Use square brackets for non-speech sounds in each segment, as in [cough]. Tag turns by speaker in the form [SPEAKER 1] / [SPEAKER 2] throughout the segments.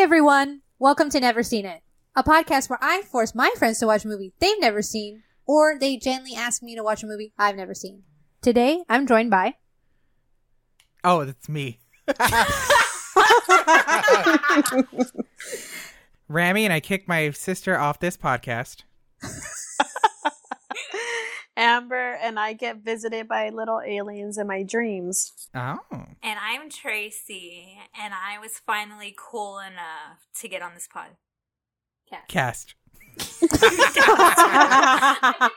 [SPEAKER 1] everyone. Welcome to Never Seen It, a podcast where I force my friends to watch a movie they've never seen, or they gently ask me to watch a movie I've never seen. Today, I'm joined by.
[SPEAKER 2] Oh, that's me. [laughs] Rami and I kicked my sister off this podcast.
[SPEAKER 3] Amber and I get visited by little aliens in my dreams.
[SPEAKER 2] Oh.
[SPEAKER 4] And I'm Tracy, and I was finally cool enough to get on this pod.
[SPEAKER 2] Cast.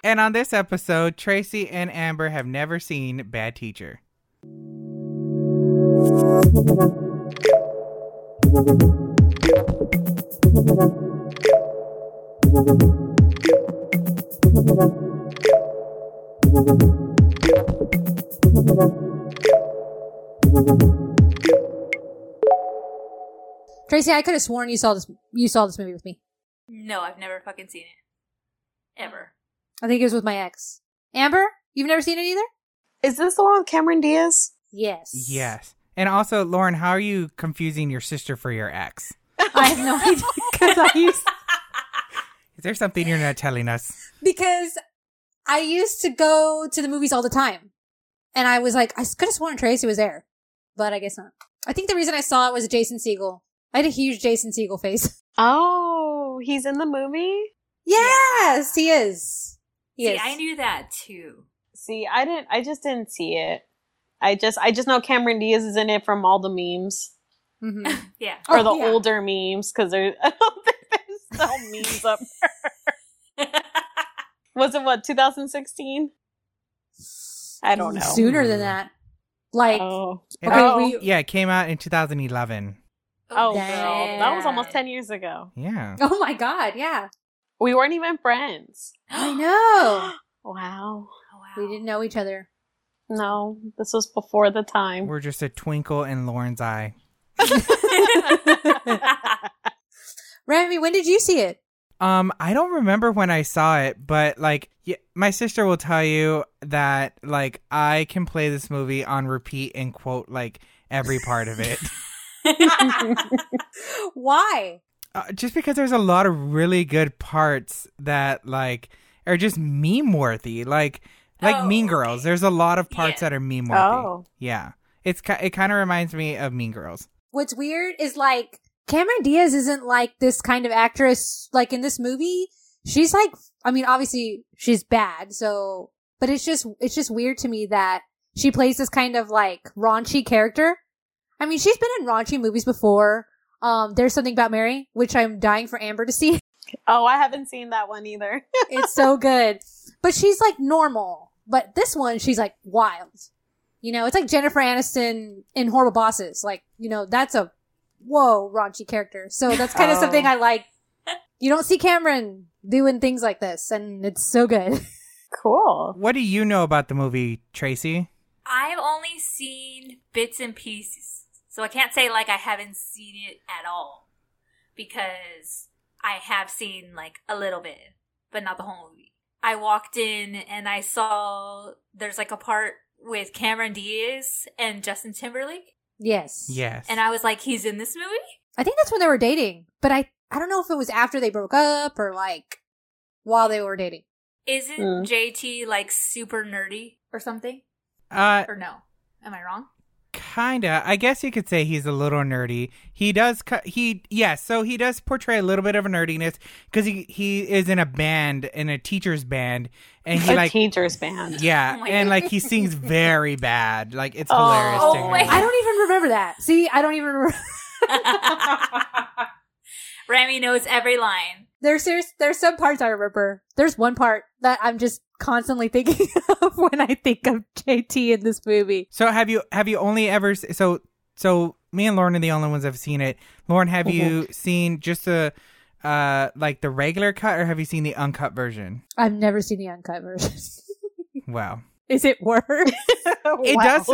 [SPEAKER 2] and on this episode, Tracy and Amber have never seen Bad Teacher.
[SPEAKER 1] Tracy, I could have sworn you saw this. You saw this movie with me.
[SPEAKER 4] No, I've never fucking seen it. Ever.
[SPEAKER 1] I think it was with my ex. Amber, you've never seen it either.
[SPEAKER 3] Is this the one with Cameron Diaz?
[SPEAKER 1] Yes.
[SPEAKER 2] Yes. And also, Lauren, how are you confusing your sister for your ex?
[SPEAKER 1] [laughs] I have no idea because I used
[SPEAKER 2] Is there something you're not telling us?
[SPEAKER 1] [laughs] because I used to go to the movies all the time, and I was like, I could have sworn Tracy was there, but I guess not. I think the reason I saw it was Jason Siegel. I had a huge Jason Siegel face.
[SPEAKER 3] Oh, he's in the movie?
[SPEAKER 1] Yes, he is. He is.
[SPEAKER 4] See,
[SPEAKER 1] [laughs]
[SPEAKER 4] I knew that too.
[SPEAKER 3] See, I didn't I just didn't see it. I just I just know Cameron Diaz is in it from all the memes.
[SPEAKER 1] Mhm.
[SPEAKER 4] Yeah.
[SPEAKER 3] Or
[SPEAKER 1] Oh,
[SPEAKER 3] the
[SPEAKER 1] yeah.
[SPEAKER 3] older memes, because there's [laughs] I don't think there's still memes up. [laughs] Was it what, 2016? I don't know.
[SPEAKER 1] Sooner than that, like
[SPEAKER 3] Oh,
[SPEAKER 2] It-
[SPEAKER 1] Okay,
[SPEAKER 3] Oh.
[SPEAKER 1] we-
[SPEAKER 2] yeah, it came out in 2011.
[SPEAKER 3] oh girl.
[SPEAKER 1] Damn.
[SPEAKER 3] That was almost
[SPEAKER 4] [gasps]
[SPEAKER 3] ten years ago.
[SPEAKER 2] Yeah.
[SPEAKER 1] [laughs] oh my god, yeah,
[SPEAKER 3] We weren't even friends.
[SPEAKER 1] I know.
[SPEAKER 3] Wow.
[SPEAKER 4] Oh, wow.
[SPEAKER 1] we didn't know each other.
[SPEAKER 3] No, this was before the [laughs] time.
[SPEAKER 2] We're just a twinkle in Lauren's eye.
[SPEAKER 1] Rami, when did you see
[SPEAKER 4] [laughs]
[SPEAKER 1] it? [laughs]
[SPEAKER 2] Um, I don't remember when I saw it, but like y- my sister will tell you that like I can play this movie on repeat and quote like every part of
[SPEAKER 4] [laughs]
[SPEAKER 2] it.
[SPEAKER 1] Why?
[SPEAKER 2] uh, just because there's a lot of really good parts that like are just meme worthy. Like like
[SPEAKER 4] Oh,
[SPEAKER 2] Mean Girls,
[SPEAKER 4] okay.
[SPEAKER 2] there's a lot of parts
[SPEAKER 4] Yeah.
[SPEAKER 2] that are meme worthy.
[SPEAKER 3] oh.
[SPEAKER 2] Yeah. It's ki- it kind of reminds me of Mean Girls.
[SPEAKER 1] What's weird is like Cameron Diaz isn't like this kind of actress. Like in this movie, she's like, I mean, obviously she's bad. So, but it's just, it's just weird to me that she plays this kind of like raunchy character. I mean, she's been in raunchy movies before. Um, there's something about Mary, which I'm dying for Amber to see. [laughs]
[SPEAKER 3] Oh, I haven't seen that one either.
[SPEAKER 1] it's so good. But she's like normal. But this one, she's like wild. You know, it's like Jennifer Aniston in Horrible Bosses. Like, you know, that's a whoa raunchy character. So that's kind of
[SPEAKER 3] Oh.
[SPEAKER 1] something I like. You don't see Cameron doing things like this, and it's so good. [laughs]
[SPEAKER 3] Cool.
[SPEAKER 2] What do you know about the movie, Tracy?
[SPEAKER 4] I've only seen bits and pieces, so I can't say like I haven't seen it at all because I have seen like a little bit, but not the whole movie. I walked in and I saw there's like a part with Cameron Diaz and Justin Timberlake,
[SPEAKER 1] Yes.
[SPEAKER 2] Yes.
[SPEAKER 4] and I was like, he's in this movie.
[SPEAKER 1] I think that's when they were dating, but I, I don't know if it was after they broke up or like while they were dating.
[SPEAKER 4] Isn't
[SPEAKER 3] Mm.
[SPEAKER 4] JT like super nerdy or something? [laughs]
[SPEAKER 2] uh
[SPEAKER 4] Or no? Am I wrong?
[SPEAKER 2] Kinda. I guess you could say he's a little nerdy. He does. cu- He yeah. So he does portray a little bit of a nerdiness because he he is in a band in a teacher's band, and he
[SPEAKER 3] a
[SPEAKER 2] like
[SPEAKER 3] teacher's band.
[SPEAKER 2] yeah,
[SPEAKER 4] Oh my
[SPEAKER 2] and
[SPEAKER 4] God.
[SPEAKER 2] like he sings very bad. Like it's
[SPEAKER 3] Oh.
[SPEAKER 2] hilarious. to
[SPEAKER 4] Oh,
[SPEAKER 2] hear.
[SPEAKER 4] wait.
[SPEAKER 1] I don't even remember that. See, I don't even remember.
[SPEAKER 4] Rami knows every line.
[SPEAKER 1] There's there's there's some parts I remember. There's one part that I'm just constantly thinking [laughs] of when I think of JT in this movie.
[SPEAKER 2] So have you have you only ever s- so so me and Lauren are the only ones have seen it. Lauren, have
[SPEAKER 3] Mm-hmm.
[SPEAKER 2] you seen just the uh like the regular cut or have you seen the uncut version?
[SPEAKER 1] I've never seen the uncut version. [laughs]
[SPEAKER 2] Wow.
[SPEAKER 1] Is it worse?
[SPEAKER 2] [laughs] it
[SPEAKER 3] Wow.
[SPEAKER 2] does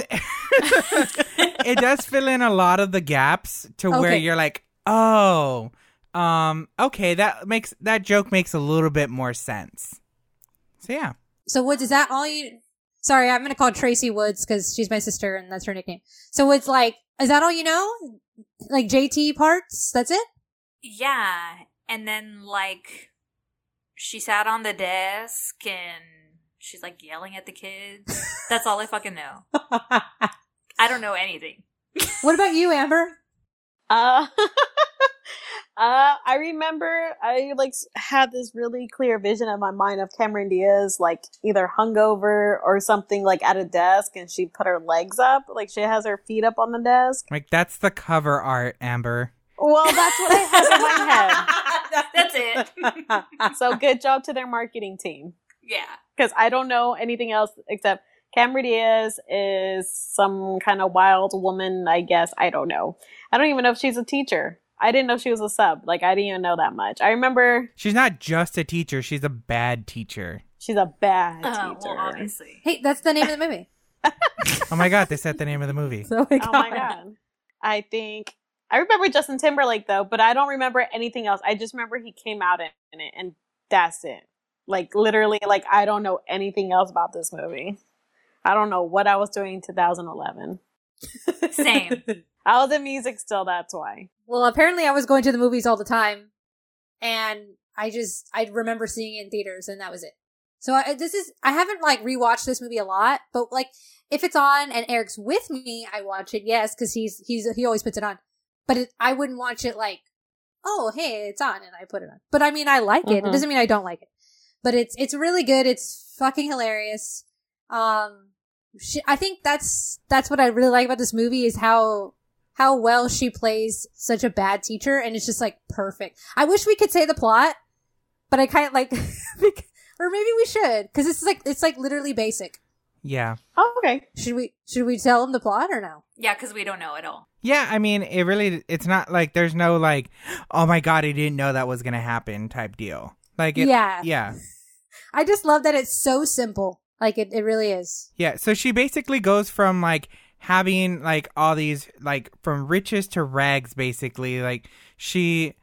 [SPEAKER 2] it does [laughs] fill in a lot of the gaps to where
[SPEAKER 1] Okay.
[SPEAKER 2] you're like oh um okay that makes that joke makes a little bit more sense so yeah
[SPEAKER 1] [laughs] so Woods, is that all you? Sorry, I'm gonna call Tracy Woods because she's my sister and that's her nickname. So Woods, like, is that all you know? Like JT parts? That's it?
[SPEAKER 4] Yeah. And then, like, she sat on the desk and she's like yelling at the kids.
[SPEAKER 3] [laughs]
[SPEAKER 4] That's all I fucking know. I don't know anything.
[SPEAKER 1] What about you, Amber?
[SPEAKER 3] Uh, [laughs] uh, I remember I like s- had this really clear vision in my mind of Cameron Diaz like either hungover or something like at a desk, and she put her legs up, like she has her feet up on the desk.
[SPEAKER 2] Like that's the cover art, Amber.
[SPEAKER 3] Well, [laughs] that's what I had in my
[SPEAKER 4] [laughs] That's it.
[SPEAKER 2] [laughs]
[SPEAKER 3] [laughs] head. So good job to their marketing team
[SPEAKER 4] Yeah.
[SPEAKER 3] because I don't know anything else except Cameron Diaz is some kind of wild woman. I guess I don't know. I don't even know if she's a teacher. I didn't know she was a sub. Like I didn't even know that much. I remember
[SPEAKER 2] She's not just a teacher; she's a bad teacher.
[SPEAKER 3] She's a bad
[SPEAKER 4] Uh, well,
[SPEAKER 3] teacher.
[SPEAKER 4] obviously.
[SPEAKER 1] Hey, that's the name of the movie.
[SPEAKER 2] Oh my god, they said the name of the
[SPEAKER 1] [laughs]
[SPEAKER 2] movie.
[SPEAKER 1] So my
[SPEAKER 3] [laughs]
[SPEAKER 1] [laughs]
[SPEAKER 3] oh my god. I think I remember Justin Timberlake though, but I don't remember anything else. I just remember he came out in, in it and that's it. Like literally like I don't know anything else about this movie. I don't know what I was doing in 2011.
[SPEAKER 4] Same.
[SPEAKER 3] I was in music still, that's why.
[SPEAKER 1] [laughs] Well, apparently I was going to the movies all the time, and I just I remember seeing it in theaters, and that was it. So I, this is I haven't like rewatched this movie a lot, but like if it's on and Eric's with me, I watch it. Yes, because he's he's he always puts it on, but it, I wouldn't watch it like oh hey it's on and I put it on. But I mean I like it. It
[SPEAKER 3] Mhm.
[SPEAKER 1] doesn't mean I don't like it. But it's it's really good. It's fucking hilarious. Um, she, I think that's that's what I really like about this movie is how how well she plays such a bad teacher, and it's just like perfect. I wish we could say the plot, but I kind of like, [laughs] bec- or maybe we should, because it's like it's like literally basic.
[SPEAKER 2] Yeah,
[SPEAKER 3] Oh, okay.
[SPEAKER 1] Should we should we tell them the plot or no?
[SPEAKER 4] Yeah, because we don't know at all.
[SPEAKER 2] yeah. I mean, it really—it's not like there's no like, oh my god, I didn't know that was gonna happen type deal. Like, it,
[SPEAKER 1] yeah,
[SPEAKER 2] yeah,
[SPEAKER 1] I just love that it's so simple. Like it, it really is.
[SPEAKER 2] yeah. So she basically goes from like having like all these like from riches to rags, basically. Like she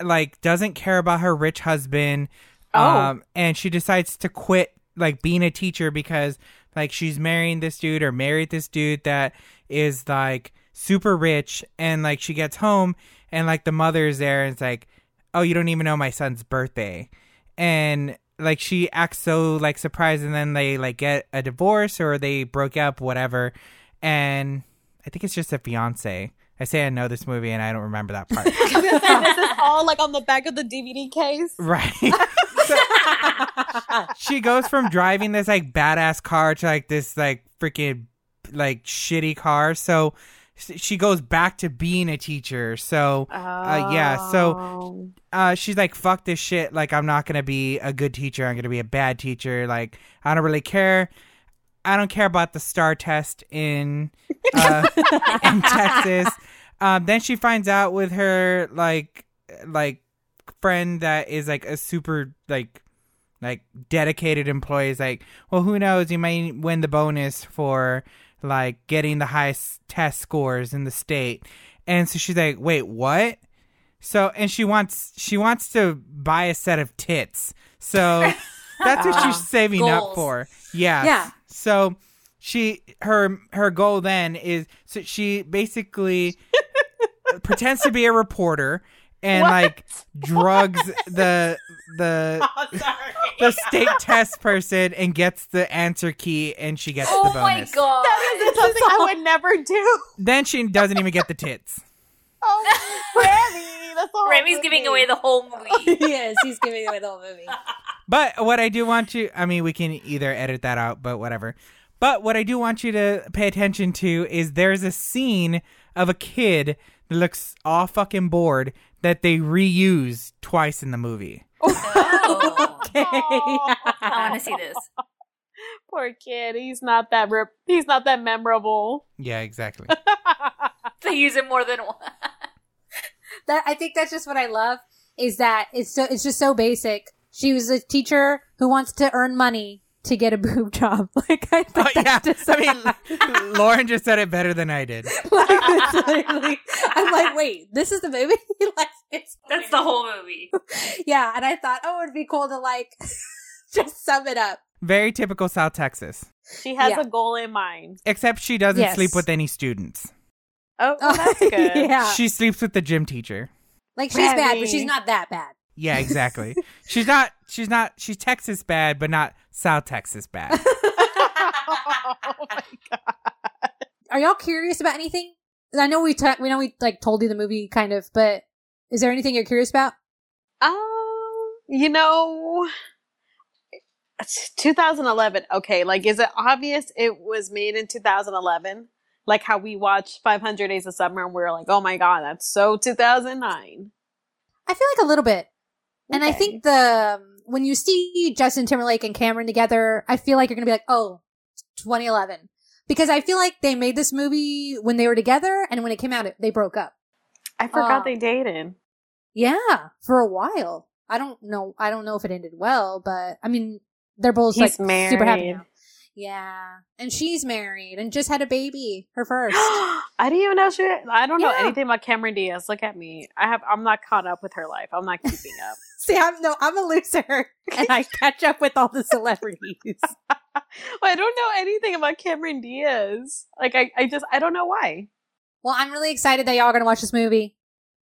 [SPEAKER 2] like doesn't care about her rich husband. um,
[SPEAKER 3] Oh.
[SPEAKER 2] and she decides to quit like being a teacher because like she's marrying this dude or married this dude that is like super rich and like she gets home and like the mother is there and it's like, Oh, you don't even know my son's birthday and like she acts so like surprised and then they like get a divorce or they broke up, whatever. And I think it's just a fiance. I say I know this movie and I don't remember that part.
[SPEAKER 3] I was gonna say, this is all [laughs] like on the back of the DVD case.
[SPEAKER 2] Right. So- she goes from driving this like badass car to like this like freaking like shitty car. So s- she goes back to being a teacher. So Uh, yeah, so-
[SPEAKER 3] [laughs] Oh.
[SPEAKER 2] uh, she's like, fuck this shit. Like, I'm not going to be a good teacher. I'm going to be a bad teacher. Like, I don't really care. I don't care about the star test in, uh, in Texas. Um, then she finds out with her like like friend that is like a super like like dedicated employee is like, well, who knows? You may win the bonus for like getting the highest test scores in the state. And so she's like, wait, what? So and she wants she wants to buy a set of tits. So that's what
[SPEAKER 3] Ah,
[SPEAKER 2] she's saving up
[SPEAKER 4] goals.
[SPEAKER 2] for. Yeah.
[SPEAKER 1] Yeah.
[SPEAKER 2] So she her her goal then is so she
[SPEAKER 4] [laughs]
[SPEAKER 2] basically pretends to be a reporter and
[SPEAKER 3] What?
[SPEAKER 2] like drugs the the
[SPEAKER 3] [laughs]
[SPEAKER 4] [laughs]
[SPEAKER 2] the state test person and gets the answer key and she gets
[SPEAKER 4] Oh
[SPEAKER 2] the
[SPEAKER 4] my
[SPEAKER 2] bonus.
[SPEAKER 4] god.
[SPEAKER 3] That is something I would never do.
[SPEAKER 2] Then she doesn't even get the tits.
[SPEAKER 3] [laughs] Oh, Remy, that's all.
[SPEAKER 4] Remy's
[SPEAKER 3] [laughs]
[SPEAKER 4] giving away the
[SPEAKER 1] [laughs]
[SPEAKER 4] whole movie.
[SPEAKER 1] yes, he's giving away the whole movie.
[SPEAKER 2] But what I do want you I mean we can either edit that out but whatever. But what I do want you to pay attention to is there's a scene of a kid that looks all fucking bored that they reuse twice in the movie.
[SPEAKER 3] [laughs]
[SPEAKER 4] Oh. I want
[SPEAKER 3] Oh,
[SPEAKER 4] to see this.
[SPEAKER 3] poor kid. He's not that. Rep- he's not that memorable.
[SPEAKER 2] Yeah, exactly.
[SPEAKER 4] They use it more than one.
[SPEAKER 1] [laughs] that I think that's just what I love is that it's so it's just so basic. She was a teacher who wants to earn money to get a boob job. [laughs] Like I
[SPEAKER 2] oh,
[SPEAKER 1] think
[SPEAKER 2] yeah.
[SPEAKER 1] that's just
[SPEAKER 2] I
[SPEAKER 1] [laughs]
[SPEAKER 2] mean, [laughs] Lauren just said it better than I did.
[SPEAKER 1] like, it's literally- I'm like, wait, this is the movie. [laughs] like it's
[SPEAKER 4] That's the whole
[SPEAKER 3] [laughs]
[SPEAKER 4] movie.
[SPEAKER 1] yeah. And I thought, oh, it'd be cool to like [laughs] just sum it up.
[SPEAKER 2] Very typical South Texas.
[SPEAKER 3] She has
[SPEAKER 1] Yeah.
[SPEAKER 3] a goal in mind.
[SPEAKER 2] Except she doesn't
[SPEAKER 1] Yes.
[SPEAKER 2] sleep with any students. [laughs]
[SPEAKER 1] [laughs]
[SPEAKER 3] Oh, well, that's good.
[SPEAKER 1] yeah.
[SPEAKER 2] She sleeps with the gym teacher.
[SPEAKER 1] Like she's bad,
[SPEAKER 3] Remy.
[SPEAKER 1] but she's not that bad. [laughs]
[SPEAKER 2] Yeah, exactly. she's not. She's not. She's Texas bad, but not South
[SPEAKER 1] [laughs]
[SPEAKER 2] Texas bad.
[SPEAKER 3] oh [laughs] my god.
[SPEAKER 1] Are y'all curious about anything? 'Cause I know we ta- we know we like told you the movie kind of, but is there anything you're curious about?
[SPEAKER 3] Um, you know, 2011. Okay, like, is it obvious it was made in 2011? Like how we watched 500 Days of Summer and we were like, oh my god, that's so 2009.
[SPEAKER 1] I feel like a little bit, and I
[SPEAKER 3] Okay.
[SPEAKER 1] think the um, when you see Justin Timberlake and Cameron together, I feel like you're gonna be like, oh, 2011, because I feel like they made this movie when they were together, and when it came out, it, they broke up.
[SPEAKER 3] I forgot
[SPEAKER 1] Oh.
[SPEAKER 3] they dated.
[SPEAKER 1] Yeah, for a while. I don't know. I don't know if it ended well, but I mean, they're both
[SPEAKER 3] He's
[SPEAKER 1] like super happy
[SPEAKER 3] married.
[SPEAKER 1] now. Yeah, and she's married and just had a baby,
[SPEAKER 3] [gasps]
[SPEAKER 1] her first.
[SPEAKER 3] I didn't even know she. I don't know
[SPEAKER 1] Yeah.
[SPEAKER 3] anything about Cameron Diaz. Look at me. I have. I'm not caught up with her life. I'm not keeping up.
[SPEAKER 1] See, I'm no, I'm a loser, [laughs] and I catch up with all the
[SPEAKER 3] [laughs]
[SPEAKER 1] celebrities.
[SPEAKER 3] I don't know anything about Cameron Diaz. Like I, I just I don't know why.
[SPEAKER 1] well, I'm really excited that y'all are gonna watch this movie.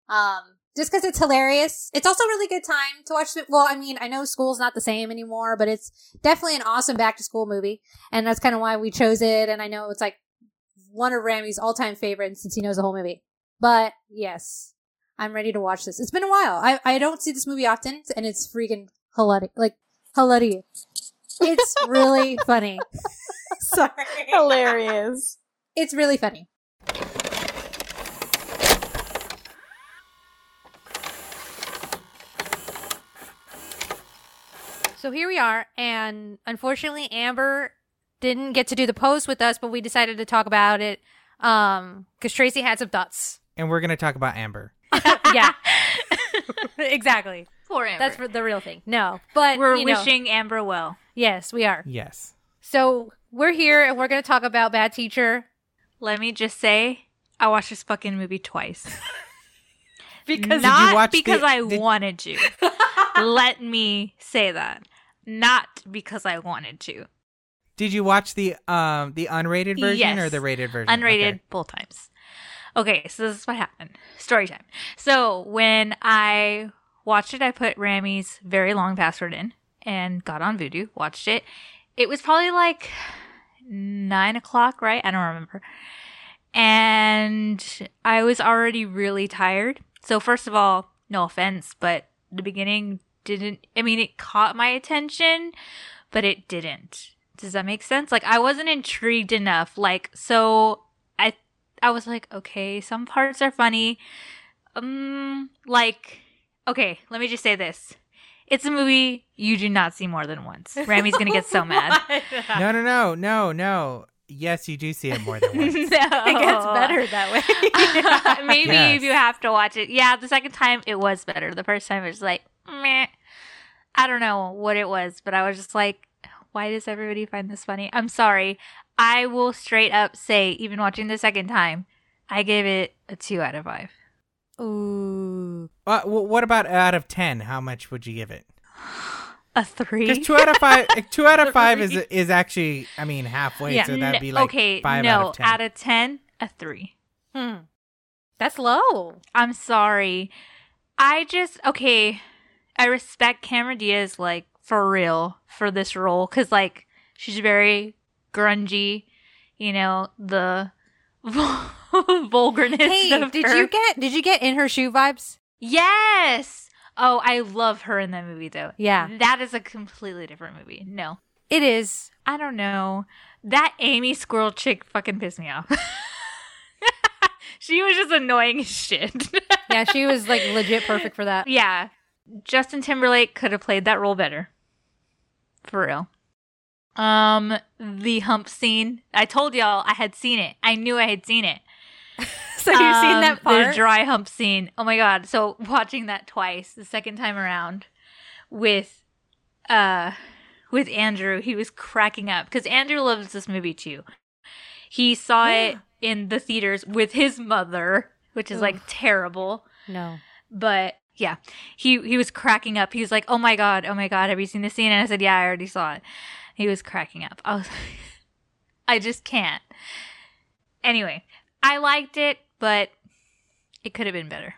[SPEAKER 1] Um, just because it's hilarious. It's also a really good time to watch. it. Well, I mean, I know school's not the same anymore, but it's definitely an awesome back to school movie, and that's kind of why we chose it. And I know it's like one of Ramy's all time favorites since he knows the whole movie. But yes, I'm ready to watch this. It's been a while. I, I don't see this movie often, and it's freaking hilarious. Like hilarious. It's really funny. Sorry,
[SPEAKER 4] [laughs]
[SPEAKER 3] Hilarious.
[SPEAKER 1] it's really funny. So here we are, and unfortunately, Amber didn't get to do the post with us, but we decided to talk about it because
[SPEAKER 5] um,
[SPEAKER 1] Tracy had some thoughts.
[SPEAKER 2] and we're gonna talk about Amber.
[SPEAKER 5] yeah, exactly.
[SPEAKER 4] Poor Amber.
[SPEAKER 5] That's for the real thing. No, but
[SPEAKER 4] We're
[SPEAKER 5] you know,
[SPEAKER 4] wishing Amber well.
[SPEAKER 5] yes, we are.
[SPEAKER 2] Yes.
[SPEAKER 5] So we're here and we're going to talk about Bad Teacher
[SPEAKER 4] Let me just say, I watched this fucking
[SPEAKER 2] [laughs]
[SPEAKER 4] movie twice. because
[SPEAKER 2] Did you
[SPEAKER 4] not
[SPEAKER 2] watch the-
[SPEAKER 4] because I
[SPEAKER 2] did- [laughs]
[SPEAKER 4] wanted to. Let me say that. Not because I wanted to.
[SPEAKER 2] Did you watch the um the unrated version or
[SPEAKER 4] Yes.
[SPEAKER 2] the rated version?
[SPEAKER 4] Unrated
[SPEAKER 2] Okay.
[SPEAKER 4] both times. Okay, so this is what happened. Story time. So when I watched it, I put Rami's very long password in and got on Voodoo, watched it. It was probably like nine o'clock, right? I don't remember. And I was already really tired. So first of all, no offense, but the beginning didn't I mean it caught my attention, but it didn't. Does that make sense? Like I wasn't intrigued enough. Like so I I was like, okay, some parts are funny. Um like okay, let me just say this. It's a movie you do not see more than once. Rami's going to get so
[SPEAKER 1] [laughs]
[SPEAKER 3] [laughs]
[SPEAKER 4] mad. Ah.
[SPEAKER 2] No, no, no, no, no. Yes, you do see it more than
[SPEAKER 4] [laughs]
[SPEAKER 2] once.
[SPEAKER 5] it gets better that way.
[SPEAKER 4] Maybe
[SPEAKER 2] Yes.
[SPEAKER 4] if you have to watch it. Yeah, the second time it was better. The first time it was like, meh. I don't know what it was, but I was just like, why does everybody find this funny? I'm sorry. I will straight up say, even watching the second time, I gave it a two out of five.
[SPEAKER 5] Ooh,
[SPEAKER 2] Uh, wh- what about out of ten? How much would you give it?
[SPEAKER 4] A three.
[SPEAKER 2] Because two out of
[SPEAKER 4] [laughs]
[SPEAKER 2] five, two out of five is is actually, I mean, halfway. So that'd be like
[SPEAKER 4] okay,
[SPEAKER 2] five
[SPEAKER 4] no,
[SPEAKER 2] out of ten.
[SPEAKER 4] ten, a three.
[SPEAKER 5] hmm. that's low.
[SPEAKER 4] I'm sorry. I just okay. I respect Cameron Diaz like for real for this role because like she's very grungy, you know the [laughs] vulgarness.
[SPEAKER 5] Hey,
[SPEAKER 4] of
[SPEAKER 5] did
[SPEAKER 4] her.
[SPEAKER 5] you get did you get in her shoe vibes?
[SPEAKER 4] Yes. Oh, I love her in that movie though.
[SPEAKER 5] Yeah.
[SPEAKER 4] that is a completely different movie. No,
[SPEAKER 5] It is.
[SPEAKER 4] I don't know. That Amy Squirrel chick fucking pissed me off. [laughs] she was just annoying as shit. [laughs]
[SPEAKER 5] Yeah, she was like legit perfect for that.
[SPEAKER 4] Yeah. Justin Timberlake could have played that role better. For real. Um the hump scene. I told y'all I had seen it. I knew I had seen it.
[SPEAKER 5] [laughs] So you've seen
[SPEAKER 4] Um,
[SPEAKER 5] that
[SPEAKER 4] The
[SPEAKER 5] part?
[SPEAKER 4] dry hump scene. Oh my god. So watching that twice, the second time around with uh with Andrew, he was cracking up cuz Andrew loves this movie too. He saw it in the theaters with his mother, which is like
[SPEAKER 5] Oof.
[SPEAKER 4] terrible
[SPEAKER 5] no.
[SPEAKER 4] but yeah he he was cracking up he was like oh my god oh my god have you seen the scene and i said yeah i already saw it he was cracking up i was [laughs] i just can't anyway i liked it but it could have been better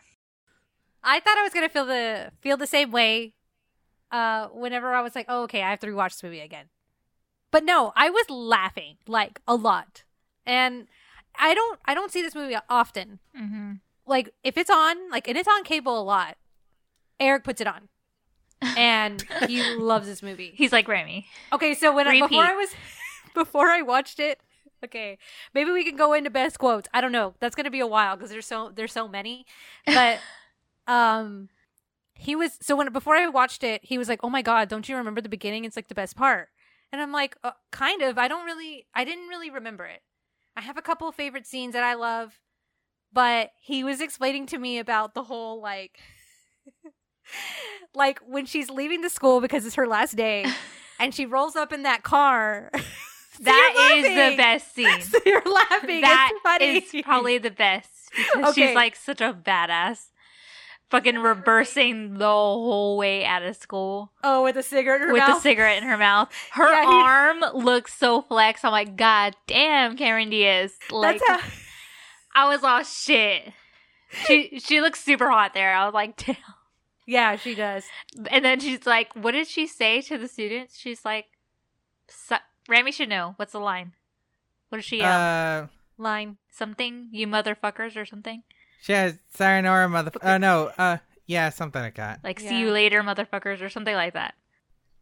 [SPEAKER 1] I thought I was gonna feel the feel the same way. Uh, whenever I was like, oh, okay, I have to rewatch this movie again. But no, I was laughing like a lot, and I don't I don't see this movie often.
[SPEAKER 4] Mm-hmm.
[SPEAKER 1] Like if it's on, like and it's on cable a lot. Eric puts it on, and
[SPEAKER 5] [laughs]
[SPEAKER 1] he loves this movie.
[SPEAKER 4] He's like Remy.
[SPEAKER 1] Okay, so when I, before
[SPEAKER 4] Repeat.
[SPEAKER 1] I was [laughs] before I watched it, okay, maybe we can go into best quotes. I don't know. That's gonna be a while because there's so there's so many. But um, he was so when before I watched it, he was like, "Oh my god, don't you remember the beginning? It's like the best part." And I'm like, uh, kind of. I don't really. I didn't really remember it. I have a couple favorite scenes that I love, but he was explaining to me about the whole like. [laughs] like when she's leaving the school because it's her last day and she rolls up in that car. [laughs]
[SPEAKER 4] That is the
[SPEAKER 1] laughing.
[SPEAKER 4] best scene.
[SPEAKER 1] so you're laughing.
[SPEAKER 4] That
[SPEAKER 1] it's funny.
[SPEAKER 4] is probably the best because
[SPEAKER 1] Okay.
[SPEAKER 4] she's like such a badass. Fucking reversing the whole way out of school
[SPEAKER 1] [laughs] oh with a cigarette in her
[SPEAKER 4] with
[SPEAKER 1] mouth.
[SPEAKER 4] a cigarette in her mouth. Her
[SPEAKER 1] Yeah, he-
[SPEAKER 4] arm looks so flexed. I'm like, God damn, Karen Diaz. Like,
[SPEAKER 1] That's
[SPEAKER 4] [laughs]
[SPEAKER 1] how.
[SPEAKER 4] I was all shit. She she looks super hot there. I was like, damn.
[SPEAKER 1] Yeah, she does.
[SPEAKER 4] And then she's like, what did she say to the students? She's like, "Su- Rami should know. What's the line? What is she? yell?
[SPEAKER 2] Uh,
[SPEAKER 1] Line.
[SPEAKER 4] something? You motherfuckers or something?
[SPEAKER 2] she has Sayonara mother. Oh no. Uh, yeah, something like that.
[SPEAKER 4] Like, see you
[SPEAKER 1] Yeah.
[SPEAKER 4] later, motherfuckers, or something like that.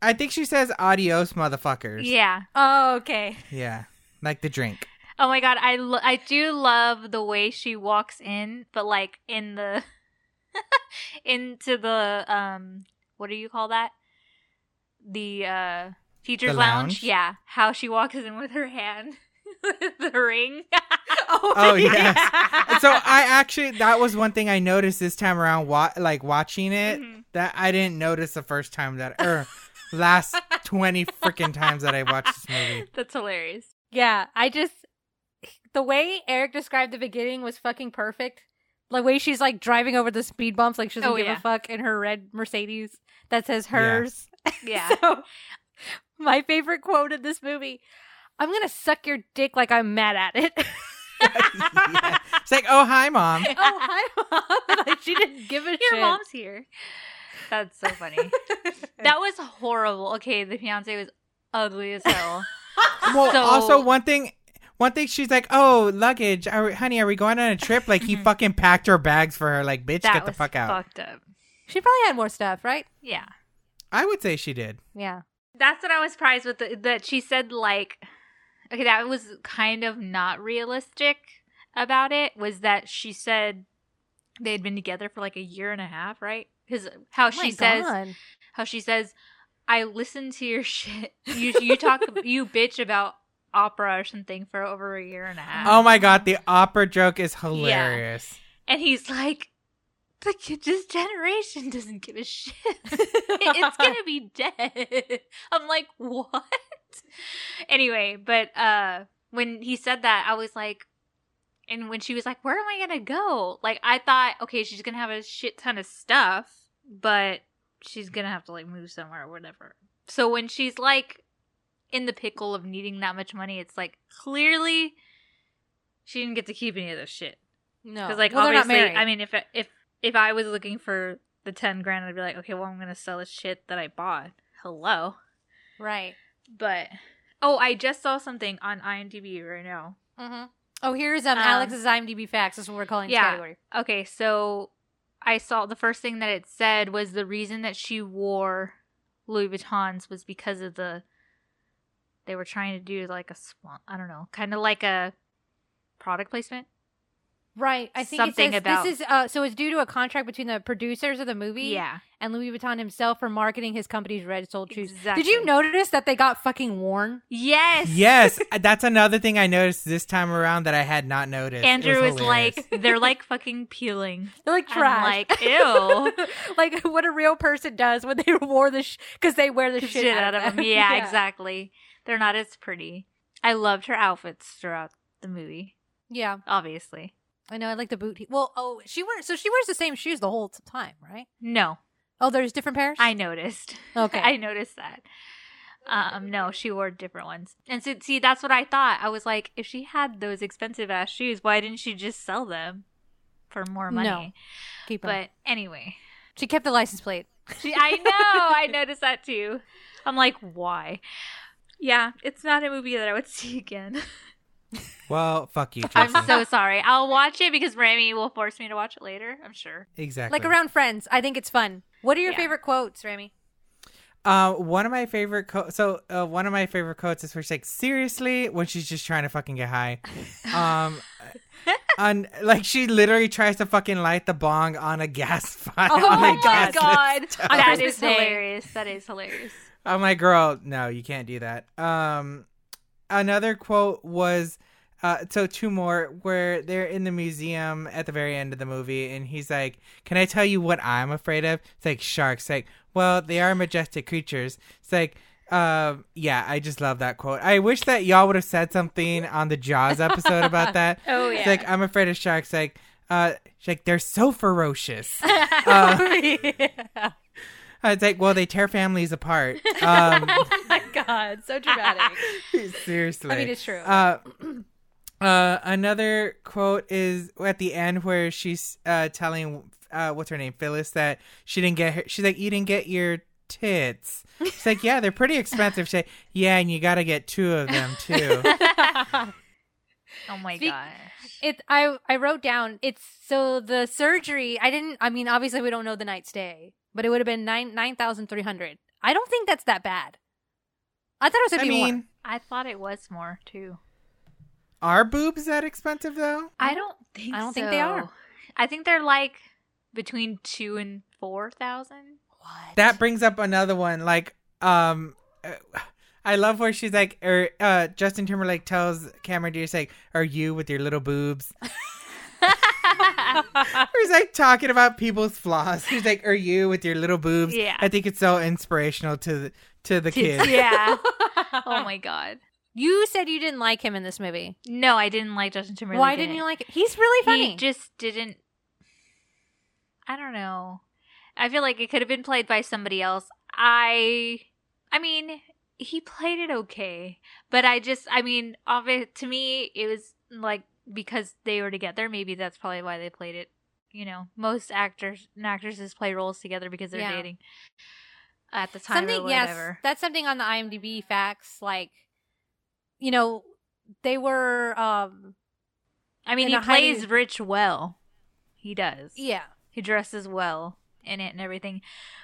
[SPEAKER 2] I think she says adios, motherfuckers.
[SPEAKER 4] Yeah.
[SPEAKER 1] Oh, okay.
[SPEAKER 2] Yeah. Like the drink.
[SPEAKER 4] Oh my god, I lo- I do love the way she walks in, but like in the [laughs] into the um what do you call that? The uh teacher's
[SPEAKER 2] The
[SPEAKER 4] lounge?
[SPEAKER 2] lounge?
[SPEAKER 4] Yeah. How she walks in with her hand [laughs] with the ring. [laughs]
[SPEAKER 1] Oh,
[SPEAKER 2] Oh, yes. [laughs] so uh, I actually that was one thing I noticed this time around. Wa- like watching it
[SPEAKER 4] Mhm.
[SPEAKER 2] that I didn't notice the first time that or last twenty freaking times that I watched this
[SPEAKER 4] [laughs]
[SPEAKER 2] movie.
[SPEAKER 4] That's hilarious.
[SPEAKER 1] Yeah, I just the way Eric described the beginning was fucking perfect. The way she's like driving over the speed bumps, like she doesn't
[SPEAKER 4] Oh,
[SPEAKER 1] give
[SPEAKER 4] yeah.
[SPEAKER 1] a fuck in her red Mercedes that says
[SPEAKER 2] Yeah.
[SPEAKER 1] hers. [laughs]
[SPEAKER 4] [laughs] Yeah.
[SPEAKER 1] So, my favorite quote in this movie: "I'm gonna suck your dick like I'm mad at it." [laughs] oh,
[SPEAKER 2] Yeah. It's like, oh hi, mom.
[SPEAKER 1] hi,
[SPEAKER 4] [laughs]
[SPEAKER 1] mom. like she didn't give a
[SPEAKER 4] Your
[SPEAKER 1] shit. [laughs]
[SPEAKER 4] mom's here. That's so funny. that was horrible. Okay, the fiance was ugly as hell.
[SPEAKER 2] Well,
[SPEAKER 4] So-
[SPEAKER 2] also one thing. One thing she's like, "Oh, luggage, are we, honey, are we going on a trip?" Like he
[SPEAKER 4] Mhm.
[SPEAKER 2] fucking packed her bags for her. Like, bitch,
[SPEAKER 4] that
[SPEAKER 2] get the
[SPEAKER 4] was
[SPEAKER 2] fuck out.
[SPEAKER 4] fucked up.
[SPEAKER 1] She probably had more stuff, right?
[SPEAKER 4] Yeah.
[SPEAKER 2] I would say she did.
[SPEAKER 1] Yeah.
[SPEAKER 4] That's what I was surprised with the, that she said like okay that was kind of not realistic about it was that she said they'd been together for like a year and a half, right? Cuz
[SPEAKER 1] Oh
[SPEAKER 4] how Oh, she says how she says I listen to your [laughs] shit. You you talk you bitch about opera or something for over a year and a half.
[SPEAKER 2] Oh my god, the opera joke is hilarious.
[SPEAKER 4] And he's like, the kid, this generation doesn't give a shit. [laughs] it's gonna be dead. [laughs] I'm like, what? Anyway, but uh when he said that, I was like, and when she was like, where am I gonna go? Like, I thought, okay, she's gonna have a shit ton of stuff, but she's gonna have to like move somewhere or whatever. So when she's like in the pickle of needing that much money, it's like clearly she didn't get to keep any of this shit.
[SPEAKER 1] No,
[SPEAKER 4] Because like
[SPEAKER 1] Oh, well, they're not
[SPEAKER 4] obviously,
[SPEAKER 1] married.
[SPEAKER 4] I mean, if if if I was looking for the ten grand, I'd be like, okay, well, I'm gonna sell the shit that I bought. Hello,
[SPEAKER 1] right.
[SPEAKER 4] but oh, I just saw something on IMDb right now.
[SPEAKER 1] Mm-hmm. Oh, here's um,
[SPEAKER 4] Um,
[SPEAKER 1] Alex's IMDb facts. That's what we're calling this
[SPEAKER 4] yeah.
[SPEAKER 1] category.
[SPEAKER 4] Okay, so I saw the first thing that it said was the reason that she wore Louis Vuittons was because of the they were trying to do like a swan, I don't know, kind of like a product placement.
[SPEAKER 1] Right. I think it
[SPEAKER 4] Something
[SPEAKER 1] says,
[SPEAKER 4] about-
[SPEAKER 1] this is uh, so it's due to a contract between the producers of the movie
[SPEAKER 4] Yeah,
[SPEAKER 1] and Louis Vuitton himself for marketing his company's red sole shoes. Did
[SPEAKER 4] Exactly.
[SPEAKER 1] you notice that they got fucking worn?
[SPEAKER 4] yes, [laughs]
[SPEAKER 2] Yes, that's another thing I noticed this time around that I had not noticed. It
[SPEAKER 4] Andrew was
[SPEAKER 2] hilarious.
[SPEAKER 4] like, they're
[SPEAKER 2] [laughs]
[SPEAKER 4] like fucking peeling.
[SPEAKER 1] They're like
[SPEAKER 4] I'm
[SPEAKER 1] trash.
[SPEAKER 4] like, ew.
[SPEAKER 1] [laughs] like what a real person does when they [laughs] wore the sh- cuz they wear the
[SPEAKER 4] shit,
[SPEAKER 1] shit,
[SPEAKER 4] out of [laughs]
[SPEAKER 1] [laughs]
[SPEAKER 4] them. Yeah, exactly. They're not as pretty. I loved her outfits throughout the movie,
[SPEAKER 1] Yeah.
[SPEAKER 4] obviously.
[SPEAKER 1] I know I like the boot. He- well, oh, she wears so she wears the same shoes the whole t- time, right?
[SPEAKER 4] No,
[SPEAKER 1] Oh, there's different pairs?
[SPEAKER 4] I noticed. [laughs]
[SPEAKER 1] Okay.
[SPEAKER 4] I noticed that. Um, no, she wore different ones. And so, see, that's what I thought. I was like, if she had those expensive ass shoes, why didn't she just sell them for more
[SPEAKER 1] No.
[SPEAKER 4] money.
[SPEAKER 1] Keep 'em.
[SPEAKER 4] But anyway,
[SPEAKER 1] she kept the license plate.
[SPEAKER 4] she, I know [laughs] I noticed that too. I'm like, why? Yeah, it's not a movie that I would [laughs] see again.
[SPEAKER 2] Well, fuck you,
[SPEAKER 4] I'm
[SPEAKER 2] Jason.
[SPEAKER 4] so sorry. I'll watch it because Rami will force me to watch it later. I'm sure.
[SPEAKER 2] exactly.
[SPEAKER 1] Like around friends. I think it's fun. What are your
[SPEAKER 4] Yeah.
[SPEAKER 1] favorite quotes, Rami?
[SPEAKER 2] Uh, one of my favorite co- so uh, one of my favorite quotes is where she's like, "Seriously," when she's just trying to fucking get high.
[SPEAKER 1] [laughs]
[SPEAKER 2] Um, on like she literally tries to fucking light the bong on a gas fire.
[SPEAKER 1] [laughs] Oh
[SPEAKER 2] [laughs] on a
[SPEAKER 1] my
[SPEAKER 2] gas
[SPEAKER 1] God. [laughs]
[SPEAKER 2] stove.
[SPEAKER 1] On
[SPEAKER 4] That
[SPEAKER 1] Christmas
[SPEAKER 4] is
[SPEAKER 1] Day.
[SPEAKER 4] hilarious. That is hilarious.
[SPEAKER 2] I'm like, girl, no, you can't do that. Um, another quote was, uh, so two more where they're in the museum at the very end of the movie, and he's like, "Can I tell you what I'm afraid of?" It's like sharks. Like, well, they are majestic creatures. It's like. Um. yeah, I just love that quote. I wish that y'all would have said something on the Jaws episode
[SPEAKER 4] [laughs]
[SPEAKER 2] about that.
[SPEAKER 4] Oh
[SPEAKER 2] It's
[SPEAKER 1] [laughs]
[SPEAKER 4] yeah.
[SPEAKER 2] like I'm afraid of sharks. Like, uh, she's like they're so ferocious.
[SPEAKER 4] [laughs]
[SPEAKER 2] Uh,
[SPEAKER 1] Oh, yeah. [laughs]
[SPEAKER 2] it's like, well, they tear families apart. Um,
[SPEAKER 1] Oh my god, so dramatic.
[SPEAKER 2] Seriously.
[SPEAKER 1] I mean, it's true.
[SPEAKER 2] Uh, [clears throat] uh, another quote is at the end where she's uh, telling uh, what's her name Phyllis that she didn't get her. She's like, "You didn't get your tits." She's like, "Yeah, they're pretty expensive." She's like, "Yeah, and you got to get two of
[SPEAKER 1] [laughs]
[SPEAKER 2] them too."
[SPEAKER 4] oh my
[SPEAKER 1] Speak-
[SPEAKER 4] god.
[SPEAKER 1] [laughs] It I I wrote down it's so the surgery I didn't I mean obviously we don't know the night's day, but it would have been nine nine thousand three hundred. I don't think that's that bad. I thought it was gonna
[SPEAKER 2] I
[SPEAKER 1] be
[SPEAKER 2] mean,
[SPEAKER 1] more.
[SPEAKER 4] I thought it was more too.
[SPEAKER 2] are boobs that expensive though?
[SPEAKER 4] I don't think.
[SPEAKER 1] I don't think they
[SPEAKER 4] so.
[SPEAKER 1] are.
[SPEAKER 4] I think they're like between two and four
[SPEAKER 1] [laughs]
[SPEAKER 4] [laughs] thousand.
[SPEAKER 1] What?
[SPEAKER 2] That brings up another one. Like, um, uh, I love where she's like, or uh, Justin Timberlake tells Cameron Diaz like, "Are you with your little boobs?" He's like talking about people's flaws. He's like, "Are you with your little boobs?"
[SPEAKER 4] Yeah.
[SPEAKER 2] I think it's so inspirational to the, to the kids.
[SPEAKER 1] [laughs]
[SPEAKER 4] [laughs] yeah. Oh my god.
[SPEAKER 1] you said you didn't like him in this movie.
[SPEAKER 4] No, I didn't like Justin Timberlake.
[SPEAKER 1] Why
[SPEAKER 4] in
[SPEAKER 1] didn't
[SPEAKER 4] it.
[SPEAKER 1] you like it? He's really funny.
[SPEAKER 4] He just didn't. I don't know. I feel like it could have been played by somebody else. I, I mean, he played it okay, but I just, I mean, obvi- to me, it was like because they were together. Maybe that's probably why they played it. You know, most actors and actresses play roles together because they're
[SPEAKER 1] Yeah.
[SPEAKER 4] dating at the time or
[SPEAKER 1] something yes
[SPEAKER 4] whatever.
[SPEAKER 1] that's something on the imdb facts like you know they were um
[SPEAKER 4] I mean,
[SPEAKER 1] in
[SPEAKER 4] he
[SPEAKER 1] a highly-
[SPEAKER 4] plays Rich well. He does.
[SPEAKER 1] yeah
[SPEAKER 4] He dresses well in it and everything.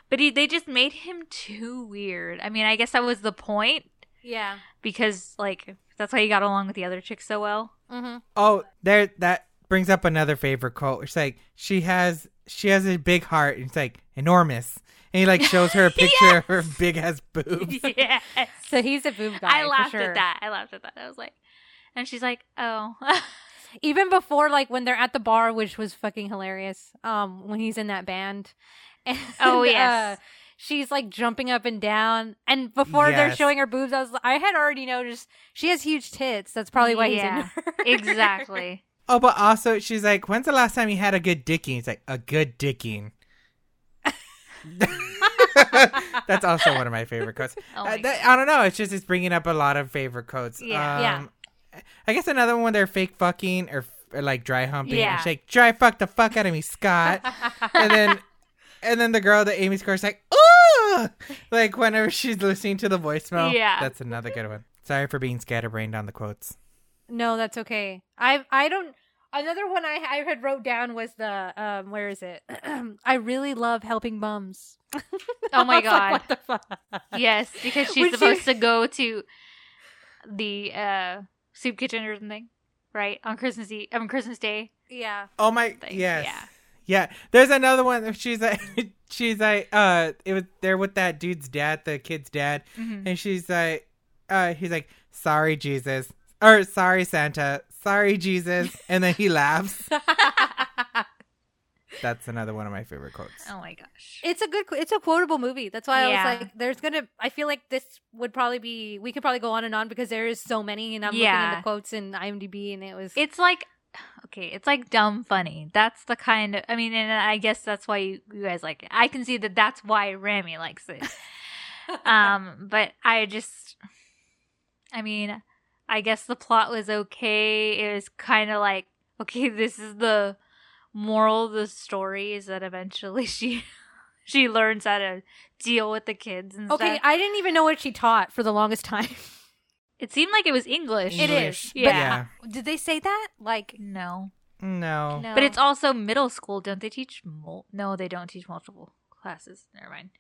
[SPEAKER 4] But he, they just made him too weird. I mean, I guess that was the point
[SPEAKER 1] yeah
[SPEAKER 4] because, like, that's why he got along with the other chick
[SPEAKER 1] [laughs]
[SPEAKER 4] so well. [laughs]
[SPEAKER 1] mm-hmm.
[SPEAKER 2] Oh, there that brings up another favorite quote. It's like she has she has a big heart. And it's like enormous, and he like shows her a picture of her big ass boobs.
[SPEAKER 4] yes.
[SPEAKER 1] so he's a boob guy
[SPEAKER 4] I
[SPEAKER 1] for
[SPEAKER 4] laughed
[SPEAKER 1] sure.
[SPEAKER 4] at that. I laughed at that. I was like, and she's like, oh. [laughs]
[SPEAKER 1] even before like when they're at the bar which was fucking hilarious um when he's in that band [laughs] and,
[SPEAKER 4] Oh, yes.
[SPEAKER 1] uh, she's like jumping up and down and before they're
[SPEAKER 2] Yes.
[SPEAKER 1] showing her boobs i was i had already noticed she has huge tits that's probably why
[SPEAKER 4] Yeah.
[SPEAKER 1] he's in her [laughs]
[SPEAKER 4] exactly. [laughs]
[SPEAKER 2] Oh, but also she's like, "When's the last time you had a good dicking?" It's like a good dicking. [laughs] That's also one of my favorite quotes.
[SPEAKER 1] Uh,
[SPEAKER 4] Oh
[SPEAKER 2] I,
[SPEAKER 4] my
[SPEAKER 2] Uh, that, I don't know. It's just it's bringing up a lot of favorite quotes.
[SPEAKER 4] Yeah.
[SPEAKER 1] Yeah.
[SPEAKER 2] yeah. I guess another one they're fake fucking or, or like dry humping.
[SPEAKER 4] Yeah.
[SPEAKER 2] It's like dry fuck the fuck out of me, Scott.
[SPEAKER 4] [laughs]
[SPEAKER 2] and then and then the girl that Amy scores like ooh, like whenever she's listening to the voicemail.
[SPEAKER 4] Yeah.
[SPEAKER 2] that's another good one. Sorry for being scatterbrained on the quotes.
[SPEAKER 1] No, that's okay. I I don't. Another one I I had wrote down was the um where is it? [clears throat] I really love helping bums.
[SPEAKER 4] Oh
[SPEAKER 1] [laughs] I
[SPEAKER 4] my
[SPEAKER 1] was like, [laughs]
[SPEAKER 4] God.
[SPEAKER 1] what the fuck?
[SPEAKER 4] yes, because she's
[SPEAKER 1] When she-
[SPEAKER 4] supposed to go to the uh, soup kitchen or something, right? On Christmas Eve, on Christmas Day.
[SPEAKER 1] Yeah.
[SPEAKER 2] Oh my
[SPEAKER 4] Thanks,
[SPEAKER 2] yes.
[SPEAKER 4] yeah.
[SPEAKER 2] Yeah. There's another one that she's like [laughs] she's like uh it was they're with that dude's dad, the kid's dad,
[SPEAKER 1] Mm-hmm.
[SPEAKER 4] Mhm.
[SPEAKER 2] and she's like uh he's like, Sorry Jesus or sorry Santa. Sorry
[SPEAKER 4] [laughs]
[SPEAKER 2] Jesus and then he laughs. That's another one of my favorite quotes.
[SPEAKER 4] Oh my gosh.
[SPEAKER 1] [laughs] It's a good. qu- It's a quotable movie. That's why I
[SPEAKER 4] Yeah.
[SPEAKER 1] was like, there's gonna. I feel like this would probably be. We could probably go on and on because there is so many, and I'm looking at
[SPEAKER 4] Yeah.
[SPEAKER 1] the quotes in IMDb, and it was.
[SPEAKER 4] It's like [sighs] okay, it's like dumb funny. That's the kind of I mean, and I guess that's why you, you guys like it. I can see that that's why Rami likes
[SPEAKER 1] [laughs]
[SPEAKER 4] it. um, but I just I mean, I guess the plot was okay. It was kind of like okay, this is the moral of the story is that eventually [laughs] she she learns how to deal with the kids and
[SPEAKER 1] Okay,
[SPEAKER 4] stuff.
[SPEAKER 1] I didn't even know what she taught for the longest time. [laughs]
[SPEAKER 4] It seemed like it was English.
[SPEAKER 2] It
[SPEAKER 1] is,
[SPEAKER 2] English.
[SPEAKER 1] but-
[SPEAKER 4] Yeah.
[SPEAKER 1] Did they say that? Like,
[SPEAKER 4] No.
[SPEAKER 2] No.
[SPEAKER 1] no.
[SPEAKER 4] But it's also middle school. Don't they teach mul- No, they don't teach multiple classes. Never mind.